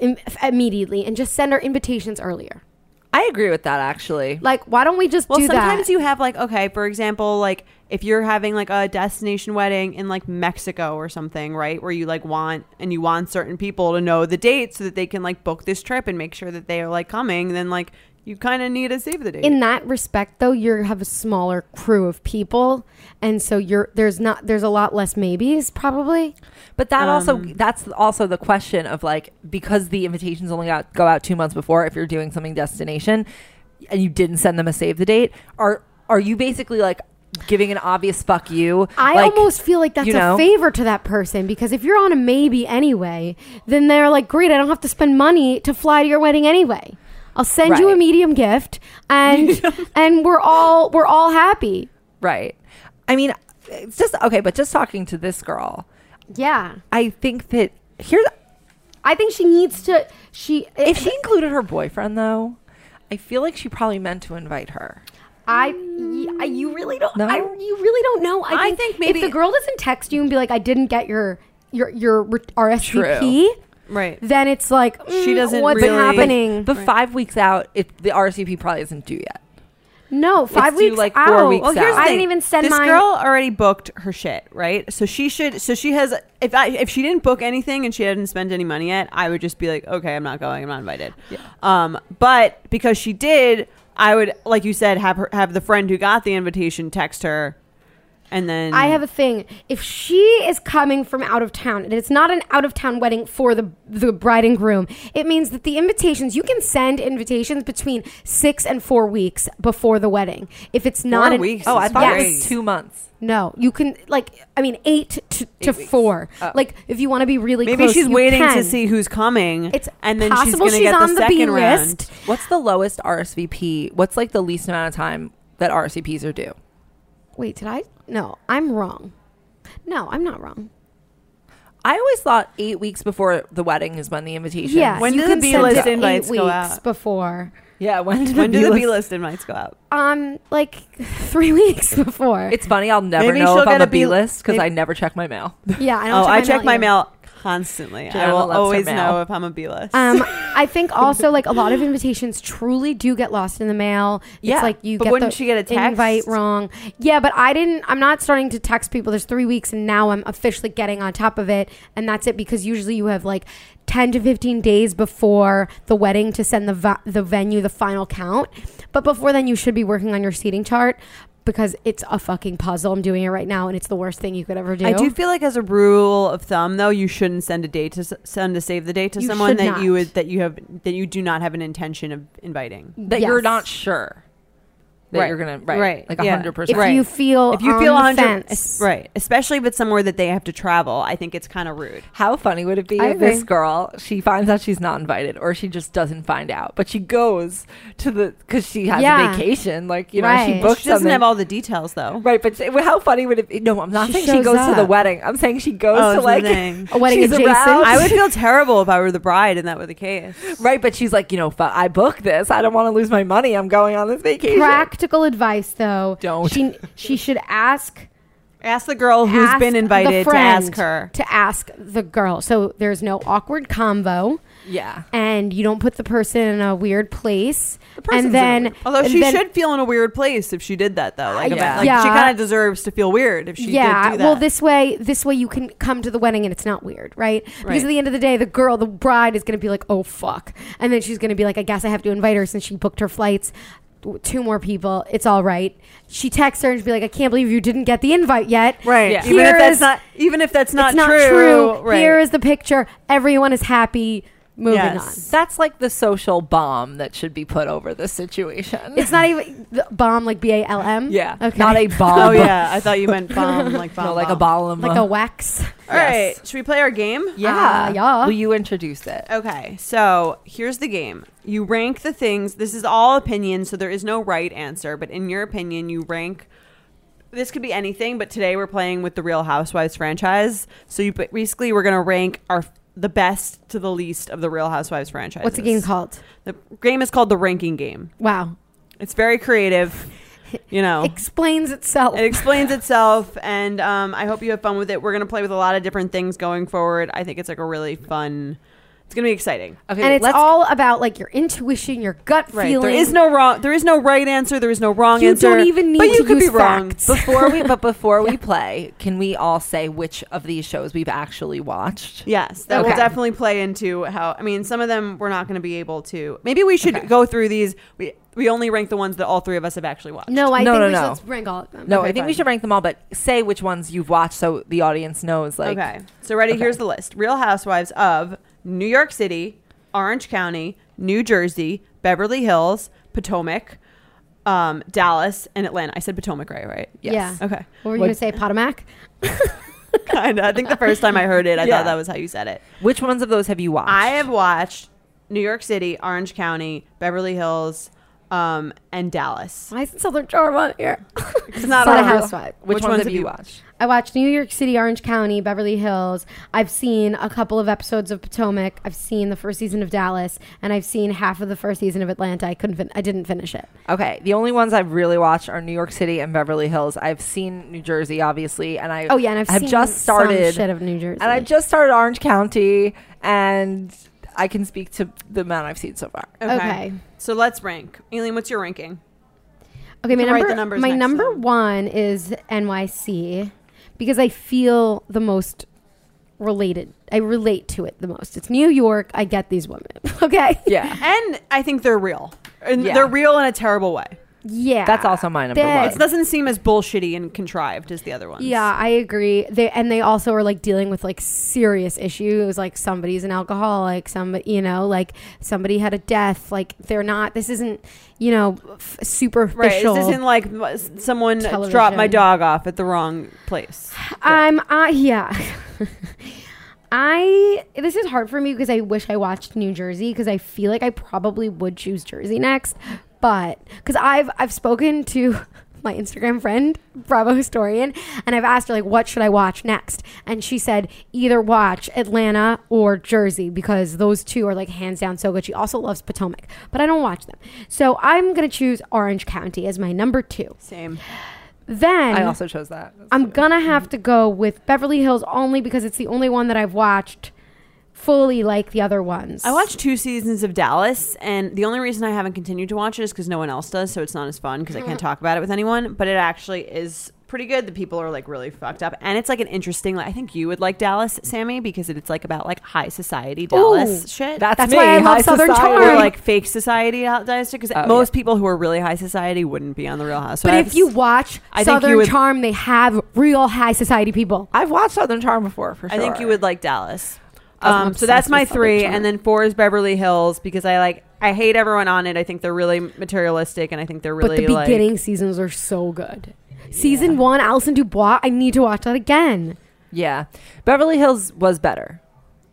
S1: im- immediately and just send our invitations earlier.
S2: I agree with that actually.
S1: Like, why don't we just
S3: Well,
S1: do
S3: sometimes
S1: that?
S3: you have like okay, for example, like if you're having like a destination wedding in like Mexico or something, right, where you like want and you want certain people to know the date so that they can like book this trip and make sure that they are like coming, then like you kind of need to save the date.
S1: in that respect, though, you have a smaller crew of people, and so you're there's not there's a lot less maybes probably.
S2: But that also that's also the question of like because the invitations only out, go out two months before. If you're doing something destination and you didn't send them a save the date, are are you basically like giving an obvious fuck you?
S1: I
S2: like,
S1: almost feel like that's
S2: you know?
S1: a favor to that person because if you're on a maybe anyway, then they're like, great, I don't have to spend money to fly to your wedding anyway. I'll send you a
S2: Right.
S1: medium gift, and and we're all we're all happy.
S2: right. I mean, it's just okay. But just talking to this girl,
S1: Yeah,
S2: I think that here's
S1: I think she needs to. She
S2: if she included her boyfriend though, I feel like she probably meant to invite her.
S1: I, y- I- you really don't.
S2: No?
S1: I, you really don't know. I,
S3: I
S1: think,
S3: think maybe-
S1: if the girl doesn't text you and be like, "I didn't get your your your re- RSVP,"
S3: right.
S1: then it's like mm,
S3: She doesn't
S1: What's
S3: really-
S1: happening?
S2: But five weeks out, it, the RCP probably isn't due yet.
S1: no, five
S2: due,
S1: weeks
S2: like,
S1: out.
S2: four weeks Well, here's out. the
S1: I
S3: thing.
S1: didn't even send
S3: this
S1: my
S3: girl already booked her shit, right? So she should. So she has. If I if she didn't book anything and she hadn't spent any money yet, I would just be like, okay, I'm not going. I'm not invited. Um, but because she did, I would, like you said, have her have the friend who got the invitation text her. And then
S1: I have a thing. If she is coming from out of town and it's not an out of town wedding for the the bride and groom, it means that the invitations you can send invitations between six and four weeks before the wedding. If it's not
S3: Four
S1: an-
S3: weeks
S2: Oh, I
S3: It's
S2: thought it
S1: Yes.
S2: was two months.
S1: No, you can like I mean eight to, to
S2: Eight weeks.
S1: four.
S2: Oh.
S1: Like if you want to be really
S3: maybe
S1: close,
S3: she's
S1: you
S3: waiting to
S1: can.
S3: see who's coming.
S1: It's
S3: and then she's
S1: possible
S3: going to
S1: she's
S3: get
S1: on
S3: the
S1: the
S3: second
S1: B
S3: round.
S1: list.
S2: What's the lowest RSVP? What's like the least amount of time that RSVPs are due?
S1: Wait, did I? No, I'm wrong. No, I'm not wrong.
S2: I always thought eight weeks before the wedding is when the invitation.
S1: Yeah,
S3: When
S1: you
S3: do the
S1: can send
S3: B-list
S1: it
S3: invites
S1: eight
S3: go
S1: weeks
S3: out?
S1: before.
S2: yeah. When did
S3: When do the
S2: the
S3: B
S2: list?
S3: list invites go out?
S1: Um, like three weeks before.
S2: It's funny. I'll never
S3: Maybe
S2: know
S3: she'll
S2: if I'm
S3: get
S2: a
S3: a B-
S2: B list because
S3: maybe-
S2: I never check my mail.
S1: yeah, I don't.
S3: Oh,
S1: check
S3: I check my
S1: either.
S3: mail constantly. I
S2: Joanna
S3: will
S2: loves her
S3: always
S2: mail.
S3: know if I'm a B list.
S1: Um, I think also like a lot of invitations truly do get lost in the mail.
S3: Yeah,
S1: it's like you
S3: but
S1: get
S3: wouldn't
S1: the
S3: she get a text?
S1: invite wrong. Yeah, but I didn't. I'm not starting to text people. There's three weeks, and now I'm officially getting on top of it, and that's it. Because usually you have like 10 to 15 days before the wedding to send the va- the venue the final count. But before then, you should be working on your seating chart because it's a fucking puzzle. I'm doing it right now, and it's the worst thing you could ever do.
S3: I do feel like as a rule of thumb though, you shouldn't send a date to s- send a save the date to
S1: You
S3: someone
S1: should
S3: that you
S1: not.
S3: would that you have that you do not have an intention of inviting.
S2: that you're
S1: Yes.
S2: not sure that
S3: Right.
S2: you're gonna right,
S3: Right.
S2: like
S3: Yeah.
S2: a hundred
S1: If
S2: percent.
S3: Right.
S1: you feel
S3: If you feel
S1: on
S3: on
S1: the fence,
S3: right, especially if it's somewhere that they have to travel, I think it's kind of rude.
S2: How funny would it be
S1: I
S2: if this
S1: agree.
S2: girl she finds out she's not invited or she just doesn't find out, but she goes to the because she has
S1: Yeah.
S2: a vacation, like you know
S1: Right.
S2: she
S1: Well,
S2: booked
S3: She doesn't
S2: something.
S3: have all the details though.
S2: Right, but she- well, how funny would it be? No, I'm not
S1: She
S2: saying she
S1: shows
S2: goes to the
S1: up.
S2: wedding. I'm saying she goes
S3: Oh,
S2: to
S3: it's a
S2: like
S3: thing.
S1: A wedding
S2: she's
S1: adjacent?
S2: around.
S3: I would feel terrible if I were the bride and that were the case.
S2: right, but she's like, you know, fu- I booked this. I don't want to lose my money. I'm going on this vacation.
S1: Practical advice, though.
S2: Don't.
S1: She, she should ask.
S3: Ask the girl who's
S1: ask
S3: been
S1: the
S3: invited to
S1: friend
S3: ask her.
S1: To ask the girl. So there's no awkward convo,
S2: Yeah.
S1: and you don't put the person in a weird place.
S2: The person's
S1: and
S2: in a
S1: then,
S2: weird-
S3: Although
S1: and
S3: she
S1: then-
S3: should feel in a weird place if she did that though. Like,
S2: Yeah.
S3: about- like, she
S1: Yeah.
S3: kind of deserves to feel weird if she
S1: yeah.
S3: did do that.
S1: Well, this way, this way you can come to the wedding and it's not weird, right?
S3: Right.
S1: Because at the end of the day, the girl, the bride, is going to be like, "Oh fuck," and then she's going to be like, "I guess I have to invite her since she booked her flights." w- Two more people. It's all right. She texts her and she'll be like, "I can't believe you didn't get the invite yet."
S3: Right.
S2: Yeah.
S3: Even if
S1: Here
S3: that's
S1: is-
S3: not even if that's not,
S1: it's not
S3: true.
S1: true.
S3: Right.
S1: Here is the picture. Everyone is happy. Moving
S3: Yes.
S2: That's like the social bomb that should be put over this situation.
S1: on. It's not even the bomb like B A L M.
S2: yeah.
S1: Okay.
S2: Not a bomb.
S3: Oh yeah, I thought you meant bomb, like bomb,
S2: No, like a bomb.
S3: bomb.
S1: like a wax.
S3: All right, should we play our game?
S2: Yeah.
S1: Uh, yeah.
S2: Will you introduce it?
S3: Okay, so here's the game. You rank the things. This is all opinion, so there is no right answer. But in your opinion, you rank. This could be anything, but today we're playing with the Real Housewives franchise. So you but basically we're gonna rank our the best to the least of the Real Housewives franchise.
S1: What's the game called?
S3: The game is called the ranking game.
S1: Wow.
S3: It's very creative. You know,
S1: Explains itself.
S3: It explains itself, and um, I hope you have fun with it. We're gonna play with a lot of different things going forward. I think it's like a really fun. It's gonna be exciting.
S2: Okay.
S1: and it's
S2: let's-
S1: all about like your intuition, your gut
S3: Right.
S1: feeling.
S3: There is no wrong. There is no right answer. There is no wrong
S1: You
S3: answer.
S1: don't even need
S3: but you
S1: to
S3: could be
S1: use
S3: wrong.
S1: facts.
S2: before we but before we play, can we all say which of these shows we've actually watched?
S3: Yes, that will
S1: Okay.
S3: definitely play into how. I mean, some of them we're not going to be able to. Maybe we should go through these. We we only rank the ones that all three of us have actually watched.
S1: No, I
S2: No,
S1: think
S2: no,
S1: we
S2: no.
S1: should let's rank all of them.
S2: No,
S3: Okay,
S2: I think we
S3: fine.
S2: should rank them all, but say which ones you've watched so the audience knows. Like,
S3: okay. So ready?
S2: Okay.
S3: Here's the list: Real Housewives of New York City, Orange County, New Jersey, Beverly Hills, Potomac, um, Dallas, and Atlanta. I said Potomac, right? Right.
S1: Yeah.
S3: Okay.
S1: What were you
S2: What-
S1: gonna say, Potomac?
S3: kind of. I think the first time I heard it, I
S2: Yeah.
S3: thought that was how you said it.
S2: which ones of those have you watched?
S3: I have watched New York City, Orange County, Beverly Hills, um, and Dallas.
S1: Why isn't Southern Charm on here?
S3: It's not
S1: Not a
S3: all real-
S1: housewife.
S2: Which, ones, have you watched?
S1: I watched New York City, Orange County, Beverly Hills. I've seen a couple of episodes of Potomac. I've seen the first season of Dallas, and I've seen half of the first season of Atlanta. I couldn't. Fin- I didn't finish it.
S2: Okay, the only ones I've really watched are New York City and Beverly Hills. I've seen New Jersey, obviously, and I
S1: Oh yeah, and I've,
S2: I've
S1: seen
S2: just started
S1: some shit of New Jersey.
S2: and I've just started Orange County, and I can speak to the amount I've seen so far.
S3: Okay.
S1: Okay.
S3: So let's rank. Aileen, what's your ranking?
S1: okay. My
S3: can write
S1: number,
S3: the numbers
S1: my
S3: next to
S1: number
S3: them.
S1: one is NYC because I feel the most related. I relate to it the most. It's New York. I get these women. Okay.
S2: Yeah,
S3: And I think they're real. And
S2: Yeah.
S3: they're real in a terrible way.
S1: Yeah,
S2: That's also my number
S1: That-
S2: one.
S3: It doesn't seem as bullshitty and contrived as the other ones.
S1: Yeah, I agree. They and they also are like dealing with like serious issues, like somebody's an alcoholic, somebody, you know, like somebody had a death. Like they're not. This isn't, you know, f-
S3: Right.
S1: superficial.
S3: This isn't like m- someone dropped my
S1: Television.
S3: dog off at the wrong place.
S1: Um, I yeah. I this is hard for me because I wish I watched New Jersey because I feel like I probably would choose Jersey next, but because I've I've spoken to my Instagram friend Bravo historian and I've asked her like what should I watch next and she said either watch Atlanta or Jersey because those two are like hands down so good. She also loves Potomac, but I don't watch them, so I'm gonna choose Orange County as my number two.
S3: Same.
S1: Then
S2: I also chose that.
S1: I'm gonna have to go with Beverly Hills only because it's the only one that I've watched fully like the other ones.
S3: I watched two seasons of Dallas, and the only reason I haven't continued to watch it is because no one else does, so it's not as fun because I can't talk about it with anyone. But it actually is pretty good. The people are like really fucked up, and it's like an interesting. Like, I think you would like Dallas, Sammy, because it's like about like high society Dallas
S1: Ooh,
S3: shit.
S2: That's,
S1: That's
S2: me,
S1: why I love
S2: high
S1: Southern
S2: society.
S1: Charm.
S3: or like fake society out Dallas because
S2: Oh,
S3: most
S2: yeah.
S3: people who are really high society wouldn't be on the Real
S1: but
S3: Housewives.
S1: if you watch
S3: I think you
S1: Southern
S3: would-
S1: Charm, they have real high society people.
S2: I've watched Southern Charm before for sure.
S3: I think you would like Dallas.
S2: I'm
S3: Um, so
S2: obsessed
S3: that's
S2: with
S3: my
S2: Southern
S3: three,
S2: charm.
S3: and then four is Beverly Hills because I like I hate everyone on it. I think they're really materialistic, and I think they're
S1: But
S3: really
S1: the
S3: like-
S1: beginning seasons are so good. Season one, Alison Dubois. I need to watch that again.
S2: Yeah, Beverly Hills was better,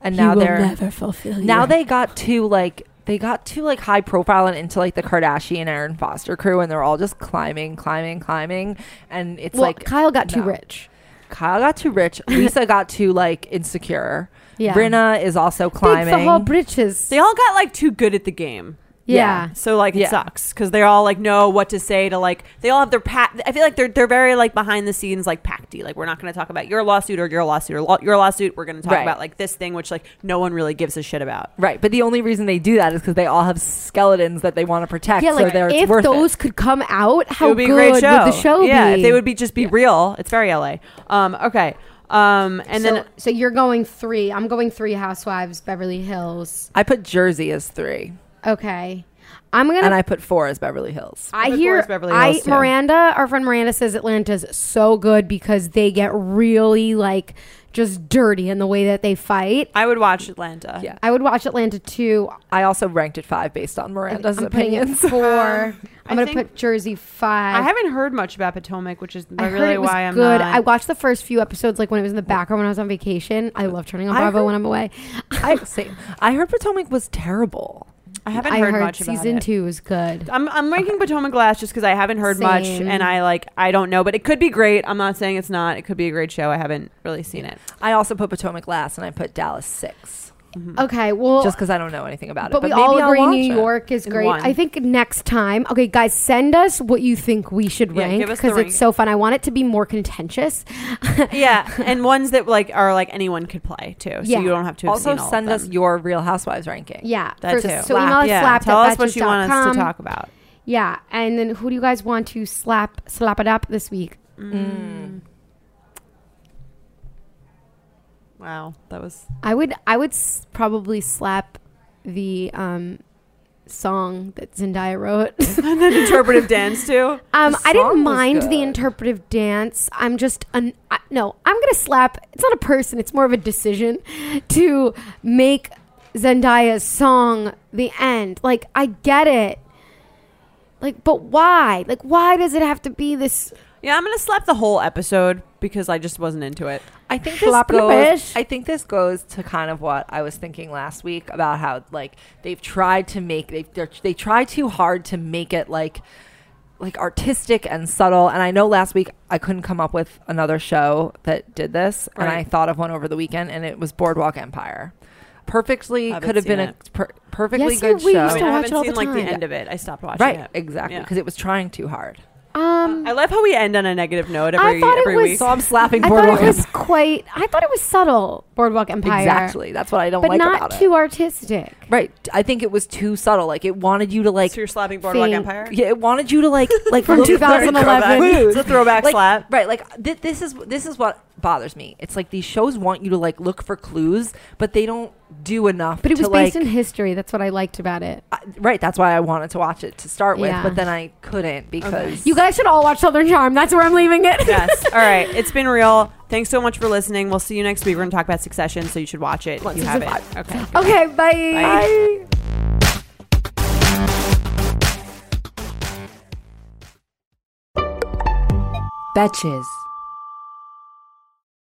S2: and now they're
S1: fulfill.
S2: now they got too like they got too like high profile and into like the Kardashian Aaron Foster crew, and they're all just climbing, climbing, climbing, and it's
S1: well,
S2: like
S1: Kyle got too
S2: no.
S1: rich.
S2: Kyle got too rich, Lisa got too like insecure.
S1: Yeah.
S2: Brinna is also
S1: Big for
S2: climbing.
S1: whole britches.
S3: they all got like too good at the game.
S1: yeah.
S3: So like it
S2: Yeah.
S3: sucks because they all like know what to say to like they all have their pat. I feel like they're they're very like behind the scenes like pacty. Like we're not going to talk about your lawsuit or your lawsuit or law your lawsuit. We're going to talk
S2: Right.
S3: about like this thing which like no one really gives a shit about.
S2: Right, but the only reason they do that is because they all have skeletons that they want to protect.
S1: Yeah,
S2: so
S1: like
S2: they're, it's
S1: if
S2: worth it.
S1: those could come out, how
S3: it would be
S1: good
S3: a great show.
S1: would the show
S3: yeah,
S1: be?
S3: if they would be just be real. It's very LA. Um, okay. Um, and
S1: so,
S3: then
S1: so you're going three. I'm going three Housewives, Beverly Hills.
S2: I put Jersey as three,
S1: Okay. I'm gonna.
S2: and
S1: I,
S2: I put four as Beverly Hills.
S3: Beverly
S1: hear.
S3: Hills, Beverly
S1: I
S3: Hills, too.
S1: Miranda, our friend Miranda says Atlanta's so good because they get really like just dirty in the way that they fight.
S3: I would watch Atlanta.
S2: Yeah.
S1: I would watch Atlanta too.
S2: I also ranked it five based on Miranda's
S1: I'm putting it
S2: opinions.
S1: four.
S3: I
S1: I'm gonna
S3: think-
S1: put Jersey five.
S3: I haven't heard much about Potomac, which is
S1: I heard
S3: really
S1: it was
S3: why I'm
S1: good.
S3: not.
S1: I watched the first few episodes like when it was in the background when I was on vacation. I love turning on
S2: I
S1: Bravo
S2: heard-
S1: when I'm away.
S2: I, same. I heard Potomac was terrible.
S3: I haven't heard, much about
S1: season
S3: it.
S1: two is good.
S3: I'm I'm ranking Potomac last just because I haven't heard much,
S1: Same.
S3: and I like I don't know, but it could be great. I'm not saying it's not. It could be a great show. I haven't really seen it.
S2: I also put Potomac last, and I put Dallas six,
S1: Okay, well,
S2: just because I don't know anything about
S1: But
S2: it.
S1: we all
S2: maybe I'll
S1: agree
S2: watch
S1: New
S2: it.
S1: York is
S3: in
S1: great.
S3: one.
S1: I think next time, okay, guys, send us what you think we should
S3: Yeah,
S1: rank
S3: give us
S1: because
S3: the
S1: it's so fun. I want it to be more contentious.
S3: yeah, and ones that like are like anyone could play too, so
S1: Yeah.
S3: you don't have to. Have
S2: Also,
S3: seen all of
S2: send us
S3: them.
S2: your Real Housewives ranking.
S1: Yeah, for-
S3: that too.
S1: So email us
S3: yeah.
S1: slap
S3: Tell
S1: at
S3: us what you want us to talk about.
S1: Yeah, and then who do you guys want to slap slap it up this week?
S2: Hmm.
S3: Wow, that was
S1: I would I would s- probably slap the um, song that Zendaya wrote.
S3: an interpretive dance too.
S1: Um,
S2: The
S1: I
S2: song
S1: didn't
S2: was
S1: mind the
S2: good.
S1: interpretive dance. I'm just an I, no. I'm gonna slap. It's not a person. It's more of a decision to make Zendaya's song the end. Like I get it. Like, but why? Like, why does it have to be this?
S3: Yeah, I'm gonna slap the whole episode because I just wasn't into it.
S2: I think this
S1: Floppy
S2: goes.
S1: bitch.
S2: I think this goes to kind of what I was thinking last week about how like they've tried to make they they're- they try too hard to make it like like artistic and subtle. And I know last week I couldn't come up with another show that did this, and I
S3: Right.
S2: thought of one over the weekend, and it was Boardwalk Empire. Perfectly
S3: Haven't
S2: could have been
S3: seen
S2: a per- perfectly
S1: Yes,
S2: good
S1: we
S2: show.
S1: used to
S3: I
S1: watch
S3: haven't
S1: it all
S3: seen
S1: the
S3: like the
S1: time.
S3: end of it. I stopped watching
S2: right,
S3: it.
S2: exactly,
S3: Yeah. Uh,
S2: because it was trying too hard.
S1: Um,
S3: I love how we end on a negative note every
S1: I thought it
S3: every
S1: was-
S3: week.
S2: So I'm slapping
S1: I thought
S2: Boardwalk
S1: it was
S2: Empire.
S1: quite. I thought it was subtle. Boardwalk Empire.
S2: Exactly, that's what I don't
S1: But
S2: like
S1: not
S2: about it.
S1: too artistic.
S2: Right. I think it was too subtle. Like it wanted you to like
S3: so you're slapping Boardwalk
S1: Fake.
S3: Empire.
S2: yeah, it wanted you to like like
S1: From
S2: look-
S1: 2011.
S3: It's a throwback
S2: like,
S3: slap.
S2: Right. Like th- this is this is what bothers me. It's like these shows want you to like look for clues, but they don't do enough.
S1: But it was
S2: to,
S1: based
S2: like,
S1: in history. That's what I liked about it.
S2: I- right. That's why I wanted to watch it to start with,
S1: Yeah.
S2: but then I couldn't because
S1: You guys should all watch Southern Charm. That's where I'm leaving it.
S3: yes. All right. It's been real. Thanks so much for listening. We'll see you next week. We're going to talk about Succession, so you should watch it
S2: Once
S3: if you
S2: season
S3: haven't.
S2: five.
S3: Okay.
S1: okay, bye.
S2: Bye.
S4: Betches.